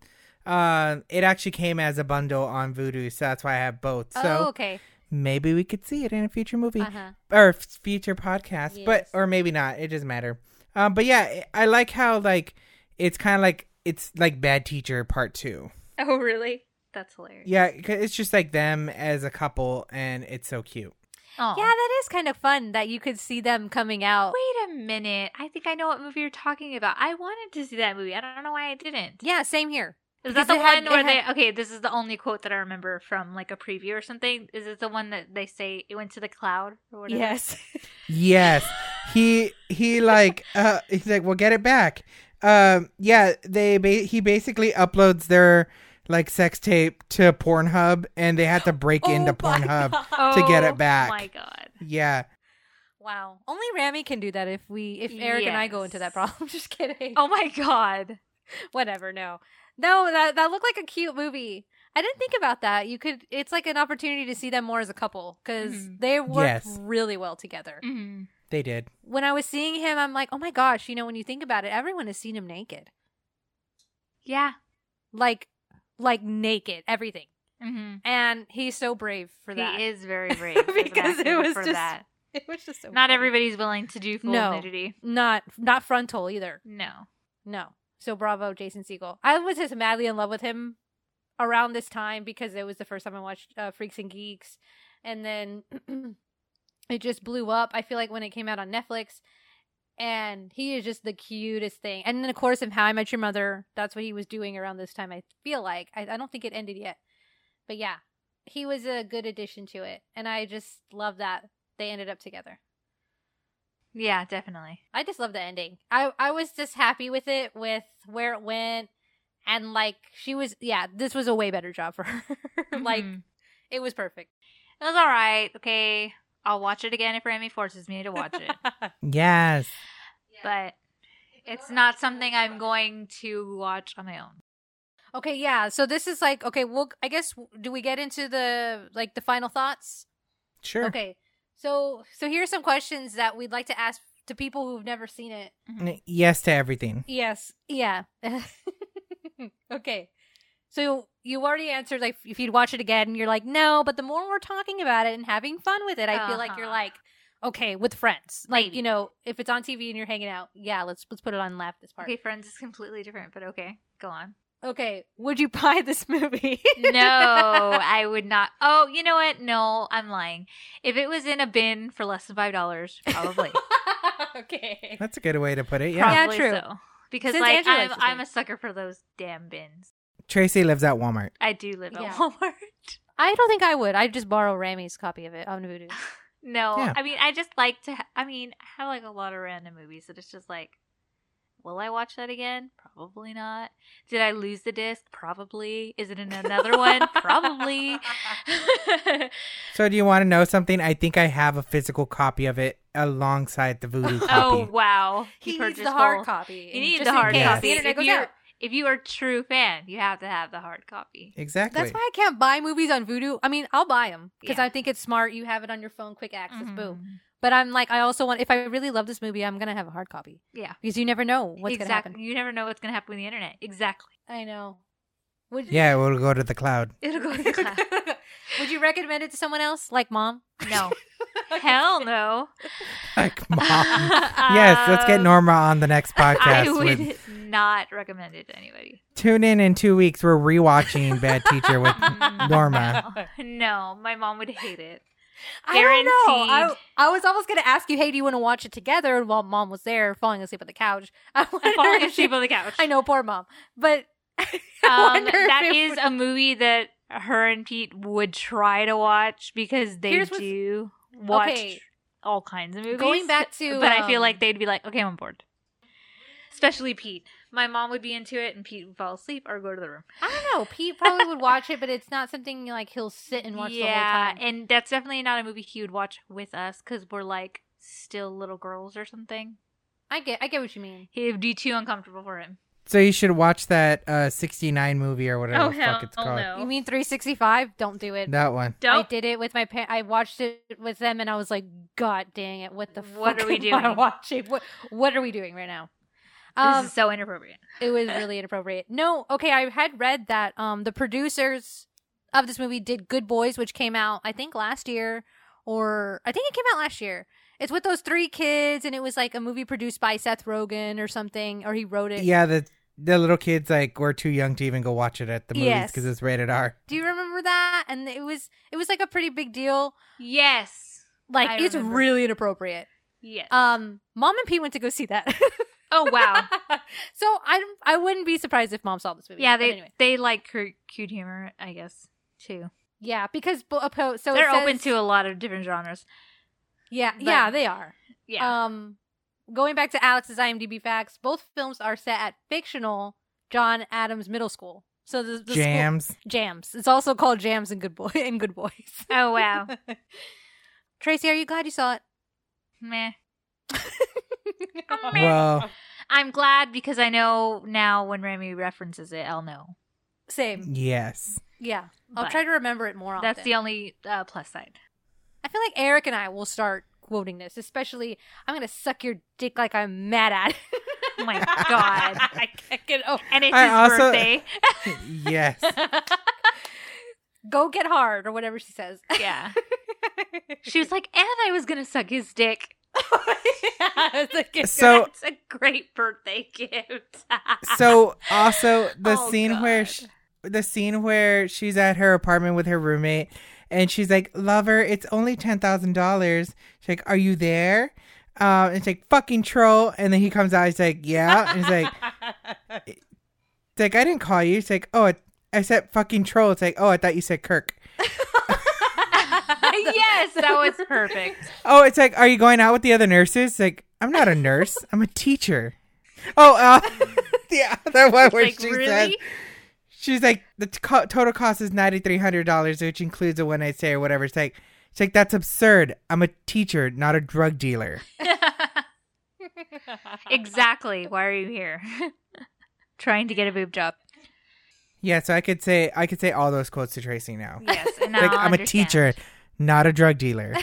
[SPEAKER 2] uh it actually came as a bundle on Vudu, so that's why I have both.
[SPEAKER 1] oh,
[SPEAKER 2] So
[SPEAKER 1] okay.
[SPEAKER 2] maybe we could see it in a future movie
[SPEAKER 1] Uh-huh.
[SPEAKER 2] or f- future podcast, but
[SPEAKER 1] Yes.
[SPEAKER 2] or maybe not. It doesn't matter. Um but yeah, I I like how like it's kind of like it's like Bad Teacher Part 2.
[SPEAKER 4] [laughs] Oh, really? That's hilarious.
[SPEAKER 2] Yeah, 'cause it's just like them as a couple and it's so cute.
[SPEAKER 4] Oh.
[SPEAKER 1] Yeah, that is kind of fun that you could see them coming out.
[SPEAKER 4] Wait a minute. I think I know what movie you're talking about. I wanted to see that movie. I don't know why I didn't.
[SPEAKER 1] Yeah, same here.
[SPEAKER 4] Is
[SPEAKER 1] because
[SPEAKER 4] that the
[SPEAKER 1] it had-
[SPEAKER 4] one where
[SPEAKER 1] it had-
[SPEAKER 4] they okay, this is the only quote that I remember from like a preview or something. Is it the one that they say it went to the cloud or whatever?
[SPEAKER 2] [laughs] Yes. He he like uh he's like, "Well, get it back." Um yeah, they ba- he basically uploads their like sex tape to Pornhub and they had to break into Pornhub.
[SPEAKER 4] Oh,
[SPEAKER 2] To get it back.
[SPEAKER 4] my god.
[SPEAKER 2] Yeah.
[SPEAKER 1] Wow. Only Rami can do that if we if Eric and I go into that
[SPEAKER 4] Yes.
[SPEAKER 1] problem. [laughs] Just kidding.
[SPEAKER 4] Oh my god.
[SPEAKER 1] whatever, no. No, that that looked like a cute movie. I didn't think about that. You could it's like an opportunity to see them more as a couple because
[SPEAKER 4] Mhm.
[SPEAKER 1] they work
[SPEAKER 2] Yes.
[SPEAKER 1] really well together.
[SPEAKER 4] Mhm.
[SPEAKER 2] They did.
[SPEAKER 1] When I was seeing him, I'm like, oh my gosh, you know, when you think about it, everyone has seen him naked.
[SPEAKER 4] Yeah.
[SPEAKER 1] Like like naked, everything.
[SPEAKER 4] Mm-hmm.
[SPEAKER 1] And he's so brave for that.
[SPEAKER 4] He is very brave as an
[SPEAKER 1] Because it
[SPEAKER 4] actor
[SPEAKER 1] was
[SPEAKER 4] for
[SPEAKER 1] just
[SPEAKER 4] that.
[SPEAKER 1] [laughs] It was just so
[SPEAKER 4] Not
[SPEAKER 1] funny.
[SPEAKER 4] everybody's willing to do full
[SPEAKER 1] No.
[SPEAKER 4] nudity.
[SPEAKER 1] not not frontal either.
[SPEAKER 4] No.
[SPEAKER 1] No. So bravo, Jason Siegel. I was just madly in love with him around this time because it was the first time I watched uh, Freaks and Geeks, and then [clears throat] it just blew up. I feel like when it came out on Netflix, and he is just the cutest thing. And then of course, in How I Met Your Mother, that's what he was doing around this time. I feel like I, I don't think it ended yet, but yeah, he was a good addition to it, and I just love that they ended up together.
[SPEAKER 4] Yeah, definitely.
[SPEAKER 1] I just love the ending. I I was just happy with it, with where it went, and like she was. Yeah, this was a way better job for [laughs] her. like
[SPEAKER 4] Mhm.
[SPEAKER 1] it was perfect.
[SPEAKER 4] it was all right. Okay,
[SPEAKER 1] [laughs]
[SPEAKER 4] I'll watch it again if Rami forces me to watch it.
[SPEAKER 2] Yes.
[SPEAKER 4] But it's not something I'm going to watch on my own.
[SPEAKER 1] Okay, yeah. So this is like okay. Well, I guess do we get into the like the final thoughts?
[SPEAKER 2] Sure.
[SPEAKER 1] Okay. So so here's some questions that we'd like to ask to people who've never seen it.
[SPEAKER 2] N- Yes to everything.
[SPEAKER 1] Yes. Yeah. [laughs] okay. So you already answered like if you'd watch it again, you're like no. But the more we're talking about it and having fun with it, I feel like you're
[SPEAKER 4] Uh-huh.
[SPEAKER 1] like okay with friends. Like
[SPEAKER 4] Maybe.
[SPEAKER 1] you know, if it's on TV and you're hanging out, yeah, let's let's put it on and laugh this part.
[SPEAKER 4] Okay, Friends is completely different, but okay, go on.
[SPEAKER 1] [laughs] okay. Would you [laughs] buy this movie?
[SPEAKER 4] no, I would not. Oh, you know what? No, I'm lying. If it was in a bin for less than
[SPEAKER 1] [laughs]
[SPEAKER 4] five dollars, probably.
[SPEAKER 1] [laughs] okay.
[SPEAKER 2] That's a good way to put it. Yeah.
[SPEAKER 1] Prob-
[SPEAKER 4] probably
[SPEAKER 1] true.
[SPEAKER 4] so. Because
[SPEAKER 1] Since
[SPEAKER 4] like
[SPEAKER 1] Andrew
[SPEAKER 4] I'm,
[SPEAKER 1] likes it,
[SPEAKER 4] I'm
[SPEAKER 1] too.
[SPEAKER 4] a sucker for those damn bins.
[SPEAKER 2] Tracy lives at Walmart.
[SPEAKER 4] I do live
[SPEAKER 1] Yeah.
[SPEAKER 4] at Walmart.
[SPEAKER 1] I don't think I would. I'd just borrow Rami's copy of it on [laughs] Voodoo.
[SPEAKER 4] No,
[SPEAKER 2] Yeah.
[SPEAKER 4] I mean I just like to. Ha- I mean I have like a lot of random movies that it's just like, will I watch that again? Probably not. Did I lose the disc? Probably. Is it in another
[SPEAKER 2] [laughs]
[SPEAKER 4] one? Probably.
[SPEAKER 2] So do you want to know something? I think I have a physical copy of it alongside
[SPEAKER 1] [laughs]
[SPEAKER 2] the voodoo
[SPEAKER 4] oh
[SPEAKER 2] copy.
[SPEAKER 4] wow!
[SPEAKER 1] He, needs
[SPEAKER 4] purchased
[SPEAKER 1] the hard
[SPEAKER 4] both.
[SPEAKER 1] copy.
[SPEAKER 4] You need
[SPEAKER 1] just
[SPEAKER 4] the
[SPEAKER 1] in
[SPEAKER 4] hard
[SPEAKER 1] case
[SPEAKER 2] Yes.
[SPEAKER 4] copy.
[SPEAKER 1] The internet
[SPEAKER 4] If
[SPEAKER 1] goes
[SPEAKER 4] you're,
[SPEAKER 1] out.
[SPEAKER 4] if you are a true fan, you have to have the hard copy.
[SPEAKER 2] Exactly.
[SPEAKER 1] That's why I can't buy movies on Voodoo. I mean, I'll buy them because
[SPEAKER 4] Yeah.
[SPEAKER 1] I think it's smart. You have it on your phone, quick access, boom.
[SPEAKER 4] Mhm.
[SPEAKER 1] But I'm like, I also want. If I really love this movie, I'm gonna have a hard copy
[SPEAKER 4] Yeah.
[SPEAKER 1] because you never know what's gonna
[SPEAKER 4] exactly.
[SPEAKER 1] happen.
[SPEAKER 4] You never know what's gonna happen with the internet.
[SPEAKER 1] [laughs]
[SPEAKER 4] Exactly.
[SPEAKER 1] I know. Would [laughs]
[SPEAKER 2] Yeah, we'll go to the cloud.
[SPEAKER 4] It'll go to the cloud.
[SPEAKER 1] Would you recommend it to someone else, like mom?
[SPEAKER 4] No.
[SPEAKER 1] [laughs]
[SPEAKER 4] Hell no.
[SPEAKER 2] Like [laughs]
[SPEAKER 4] [laughs]
[SPEAKER 2] mom. yes, let's get
[SPEAKER 4] Um,
[SPEAKER 2] Norma on the next
[SPEAKER 4] [laughs] I
[SPEAKER 2] podcast.
[SPEAKER 4] would
[SPEAKER 2] with-
[SPEAKER 4] not recommend it to anybody.
[SPEAKER 2] Tune in in two weeks. We're rewatching Bad Teacher
[SPEAKER 4] [laughs]
[SPEAKER 2] with Norma.
[SPEAKER 4] Mm. No, my mom would hate [laughs] it.
[SPEAKER 1] I don't know. I,
[SPEAKER 4] Guaranteed.
[SPEAKER 1] I was almost gonna ask you, hey, do you want to watch it together? And while mom was there, falling asleep on the couch, [laughs] I
[SPEAKER 4] I'm
[SPEAKER 1] wanted
[SPEAKER 4] falling
[SPEAKER 1] her to-
[SPEAKER 4] [laughs] asleep on the couch.
[SPEAKER 1] I know, poor mom, but [laughs] I
[SPEAKER 4] Um,
[SPEAKER 1] wonder if
[SPEAKER 4] that
[SPEAKER 1] it
[SPEAKER 4] is
[SPEAKER 1] would-
[SPEAKER 4] a movie that her and Pete would try to watch because they
[SPEAKER 1] Here's what's-
[SPEAKER 4] do watch
[SPEAKER 1] Okay.
[SPEAKER 4] all kinds of movies.
[SPEAKER 1] going back [laughs] to.
[SPEAKER 4] but I feel
[SPEAKER 1] um,
[SPEAKER 4] like they'd be like, okay, I'm on board. Especially Pete. My mom would be into it, and Pete would fall asleep or go to the room.
[SPEAKER 1] I don't know. Pete probably would watch it, but it's not something like he'll sit and watch
[SPEAKER 4] yeah,
[SPEAKER 1] the whole time.
[SPEAKER 4] and that's definitely not a movie he would watch with us because we're like still little girls or something.
[SPEAKER 1] I get, I get what you mean.
[SPEAKER 4] It would be too uncomfortable for him.
[SPEAKER 2] So you should watch that uh, 69 movie or whatever
[SPEAKER 4] Oh,
[SPEAKER 2] the
[SPEAKER 4] hell
[SPEAKER 2] fuck it's called.
[SPEAKER 4] no.
[SPEAKER 1] You mean 365? Don't do it.
[SPEAKER 2] That one.
[SPEAKER 1] I
[SPEAKER 4] Don't.
[SPEAKER 1] did it with my parents. I watched it with them, and I was like, "God dang it! What the
[SPEAKER 4] What
[SPEAKER 1] fuck
[SPEAKER 4] are we
[SPEAKER 1] am I
[SPEAKER 4] doing?"
[SPEAKER 1] watching? What What are we doing right now?" Um,
[SPEAKER 4] this is so inappropriate.
[SPEAKER 1] it
[SPEAKER 4] [laughs]
[SPEAKER 1] was really inappropriate. No, okay, I had read that um the producers of this movie did Good Boys, which came out I think last year, or I think it came out last year. It's with those three kids, and it was like a movie produced by Seth Rogen or something, or he wrote it.
[SPEAKER 2] Yeah, the the little kids like were too young to even go watch it at the movies
[SPEAKER 1] Yes.
[SPEAKER 2] because it's rated R.
[SPEAKER 1] Do you remember that? And it was it was like a pretty big deal.
[SPEAKER 4] Yes.
[SPEAKER 1] Like
[SPEAKER 4] I
[SPEAKER 1] it's
[SPEAKER 4] remember.
[SPEAKER 1] really inappropriate.
[SPEAKER 4] Yes.
[SPEAKER 1] Um, mom and Pete went to go see that.
[SPEAKER 4] [laughs] oh wow.
[SPEAKER 1] [laughs] so I I wouldn't be surprised if mom saw this movie.
[SPEAKER 4] yeah,
[SPEAKER 1] But
[SPEAKER 4] they
[SPEAKER 1] anyway.
[SPEAKER 4] they like cur- cute humor, I guess, too.
[SPEAKER 1] yeah because bo- oppo- so it
[SPEAKER 4] They're open
[SPEAKER 1] says-
[SPEAKER 4] to a lot of different genres.
[SPEAKER 1] yeah
[SPEAKER 4] but-
[SPEAKER 1] yeah they are.
[SPEAKER 4] Yeah.
[SPEAKER 1] Um, going back to Alex's IMDb facts, both films are set at fictional John Adams Middle School. So the, the
[SPEAKER 2] Jams.
[SPEAKER 1] school, jams. It's also called Jams and Good Boy [laughs] and Good Boys.
[SPEAKER 4] oh [laughs] wow.
[SPEAKER 1] [laughs] Tracy, are you glad you saw it?
[SPEAKER 4] Meh. [laughs]
[SPEAKER 1] [laughs]
[SPEAKER 2] Well,
[SPEAKER 4] I'm glad because I know now when Remy references it, I'll know.
[SPEAKER 1] Same.
[SPEAKER 4] [laughs]
[SPEAKER 2] yes.
[SPEAKER 1] Yeah, I'll
[SPEAKER 4] But
[SPEAKER 1] try to remember it more often.
[SPEAKER 4] That's the only uh, plus side.
[SPEAKER 1] I feel like Eric and I will start quoting this, especially. I'm gonna suck your dick like I'm mad at. It.
[SPEAKER 4] [laughs] Oh my god.
[SPEAKER 1] I can't get over.
[SPEAKER 4] And it's
[SPEAKER 2] I
[SPEAKER 4] his
[SPEAKER 2] also-
[SPEAKER 4] birthday.
[SPEAKER 2] yes.
[SPEAKER 1] Go get hard or whatever she says.
[SPEAKER 4] [laughs] yeah. She was like, and I was gonna suck his [laughs] dick.
[SPEAKER 1] It's like-
[SPEAKER 2] So
[SPEAKER 4] That's a great birthday gift.
[SPEAKER 2] [laughs] so also the
[SPEAKER 4] Oh,
[SPEAKER 2] scene where
[SPEAKER 4] God.
[SPEAKER 2] sh the scene where she's at her apartment with her roommate and she's like, "Lover, it's only ten thousand dollars." She's like, "Are you there?" Um, and it's like fucking troll, and then he comes out. He's like, "Yeah," and he's
[SPEAKER 4] [laughs]
[SPEAKER 2] like, "It's like I didn't call you." It's like, "Oh, I, I said fucking troll." It's like, "Oh, I thought you said Kirk."
[SPEAKER 4] [laughs] [laughs] yes, that was
[SPEAKER 1] [laughs]
[SPEAKER 2] [laughs]
[SPEAKER 4] perfect.
[SPEAKER 2] Oh, it's like, are you going out with the other nurses? It's like, I'm not a nurse. I'm a
[SPEAKER 4] [laughs]
[SPEAKER 2] teacher. Oh, uh, [laughs] yeah, that one where
[SPEAKER 4] like
[SPEAKER 2] she
[SPEAKER 4] really?
[SPEAKER 2] said, she's like, the t- co- total cost is ninety three hundred dollars, which includes a one night stay or whatever. It's like, it's like that's absurd. I'm a teacher, not a drug dealer.
[SPEAKER 4] exactly. Why are you here? [laughs] Trying to get a boob job.
[SPEAKER 2] Yeah, so I could say I could say all those quotes to Tracy now.
[SPEAKER 4] Yes. And now
[SPEAKER 2] like
[SPEAKER 4] I
[SPEAKER 2] I'm a
[SPEAKER 4] understand.
[SPEAKER 2] teacher, not a drug
[SPEAKER 4] [laughs]
[SPEAKER 2] dealer.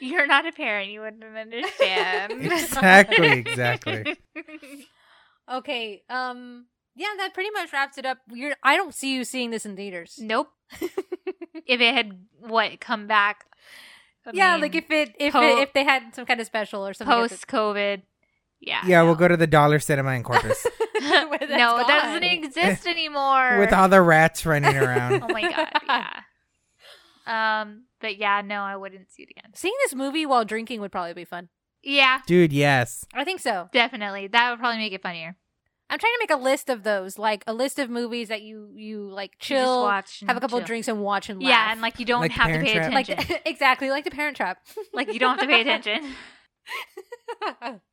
[SPEAKER 4] You're not a parent. You wouldn't
[SPEAKER 2] [laughs]
[SPEAKER 4] understand.
[SPEAKER 2] Exactly, exactly.
[SPEAKER 1] Okay. Um. Yeah, that pretty much wraps it up. You're. I don't see you seeing this in theaters.
[SPEAKER 4] [laughs] Nope. if it had what come back? I
[SPEAKER 1] yeah,
[SPEAKER 4] mean,
[SPEAKER 1] like if it if
[SPEAKER 4] po-
[SPEAKER 1] it, if they had some kind of special or something. at the-
[SPEAKER 4] post COVID. Yeah.
[SPEAKER 2] Yeah, we'll go to the dollar cinema in
[SPEAKER 4] [laughs]
[SPEAKER 2] Corpus
[SPEAKER 1] [laughs]
[SPEAKER 4] no,
[SPEAKER 1] where that's
[SPEAKER 4] it
[SPEAKER 1] gone.
[SPEAKER 2] [laughs]
[SPEAKER 4] doesn't exist anymore.
[SPEAKER 2] with all the rats running around.
[SPEAKER 4] oh [laughs] my god.
[SPEAKER 2] [laughs]
[SPEAKER 4] Yeah. Um. But yeah, no, I wouldn't see it again.
[SPEAKER 1] Seeing this movie while drinking would probably be fun.
[SPEAKER 4] Yeah,
[SPEAKER 2] Dude, yes.
[SPEAKER 1] I think so.
[SPEAKER 4] definitely. That would probably make it funnier.
[SPEAKER 1] I'm trying to make a list of those, like a list of movies that you you like
[SPEAKER 4] You just
[SPEAKER 1] chill,
[SPEAKER 4] watch and
[SPEAKER 1] have a couple
[SPEAKER 4] chill.
[SPEAKER 1] drinks, and watch and laugh.
[SPEAKER 4] Yeah, and like you don't
[SPEAKER 2] Like
[SPEAKER 4] have to
[SPEAKER 2] Parent
[SPEAKER 4] pay
[SPEAKER 2] Trap.
[SPEAKER 1] like
[SPEAKER 4] attention. Like,
[SPEAKER 1] [laughs] exactly like the [laughs] Parent
[SPEAKER 4] [laughs]
[SPEAKER 1] Trap.
[SPEAKER 4] you don't have to pay attention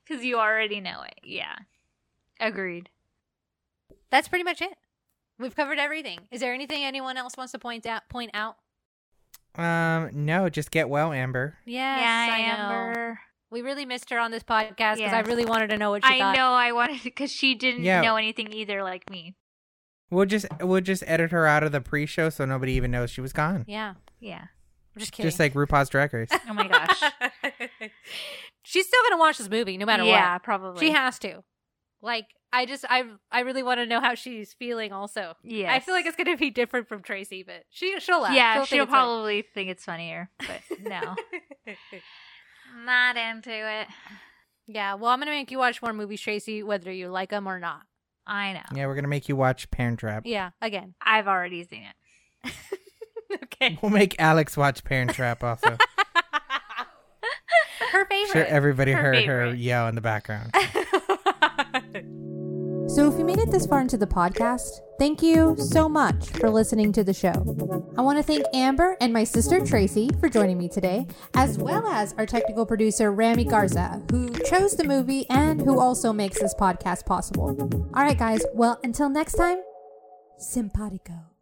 [SPEAKER 4] because you already know it. Yeah, agreed.
[SPEAKER 1] [laughs] That's pretty much it. We've covered everything. Is there anything anyone else wants to point out? Point out?
[SPEAKER 2] Um, no, just get well, Amber.
[SPEAKER 1] Yes,
[SPEAKER 4] yeah,
[SPEAKER 1] I know.
[SPEAKER 4] Amber.
[SPEAKER 1] We really missed her on this podcast because I
[SPEAKER 4] Yes.
[SPEAKER 1] really wanted to know what she
[SPEAKER 4] I
[SPEAKER 1] thought.
[SPEAKER 4] know. I wanted because she didn't
[SPEAKER 2] Yeah.
[SPEAKER 4] know anything either, like me.
[SPEAKER 2] We'll just we'll just edit her out of the pre-show so nobody even knows she was gone.
[SPEAKER 1] Yeah,
[SPEAKER 4] Yeah.
[SPEAKER 1] I'm just kidding.
[SPEAKER 2] Just like RuPaul's Drag
[SPEAKER 4] [laughs]
[SPEAKER 2] Race.
[SPEAKER 4] Oh
[SPEAKER 2] [laughs]
[SPEAKER 4] my gosh.
[SPEAKER 1] She's still gonna watch this movie no matter
[SPEAKER 4] yeah,
[SPEAKER 1] what.
[SPEAKER 4] probably.
[SPEAKER 1] She has to. Like, I just, I, I really want to know how she's feeling. Also,
[SPEAKER 4] Yeah.
[SPEAKER 1] I feel like it's gonna be different from Tracy, but she, she'll laugh.
[SPEAKER 4] Yeah,
[SPEAKER 1] she'll,
[SPEAKER 4] she'll,
[SPEAKER 1] think it's funny.
[SPEAKER 4] probably think it's funnier, but
[SPEAKER 2] [laughs]
[SPEAKER 4] no, not into it.
[SPEAKER 1] Yeah. Well, I'm gonna make you watch more movies, Tracy, whether you like them or not.
[SPEAKER 4] I know.
[SPEAKER 2] Yeah, we're gonna make you watch Parent Trap.
[SPEAKER 1] Yeah.
[SPEAKER 4] [laughs]
[SPEAKER 1] Again.
[SPEAKER 4] I've already seen it.
[SPEAKER 1] okay.
[SPEAKER 2] We'll make Alex watch Parent Trap
[SPEAKER 4] [laughs]
[SPEAKER 2] also.
[SPEAKER 1] Her favorite.
[SPEAKER 2] sure everybody
[SPEAKER 4] Her
[SPEAKER 2] heard her
[SPEAKER 4] favorite.
[SPEAKER 2] yell in the background.
[SPEAKER 7] [laughs] So, if you made it this far into the podcast, thank you so much for listening to the show. I want to thank Amber and my sister Tracy for joining me today, as well as our technical producer Rami Garza, who chose the movie and who also makes this podcast possible. All right, guys, well, until next time, simpatico.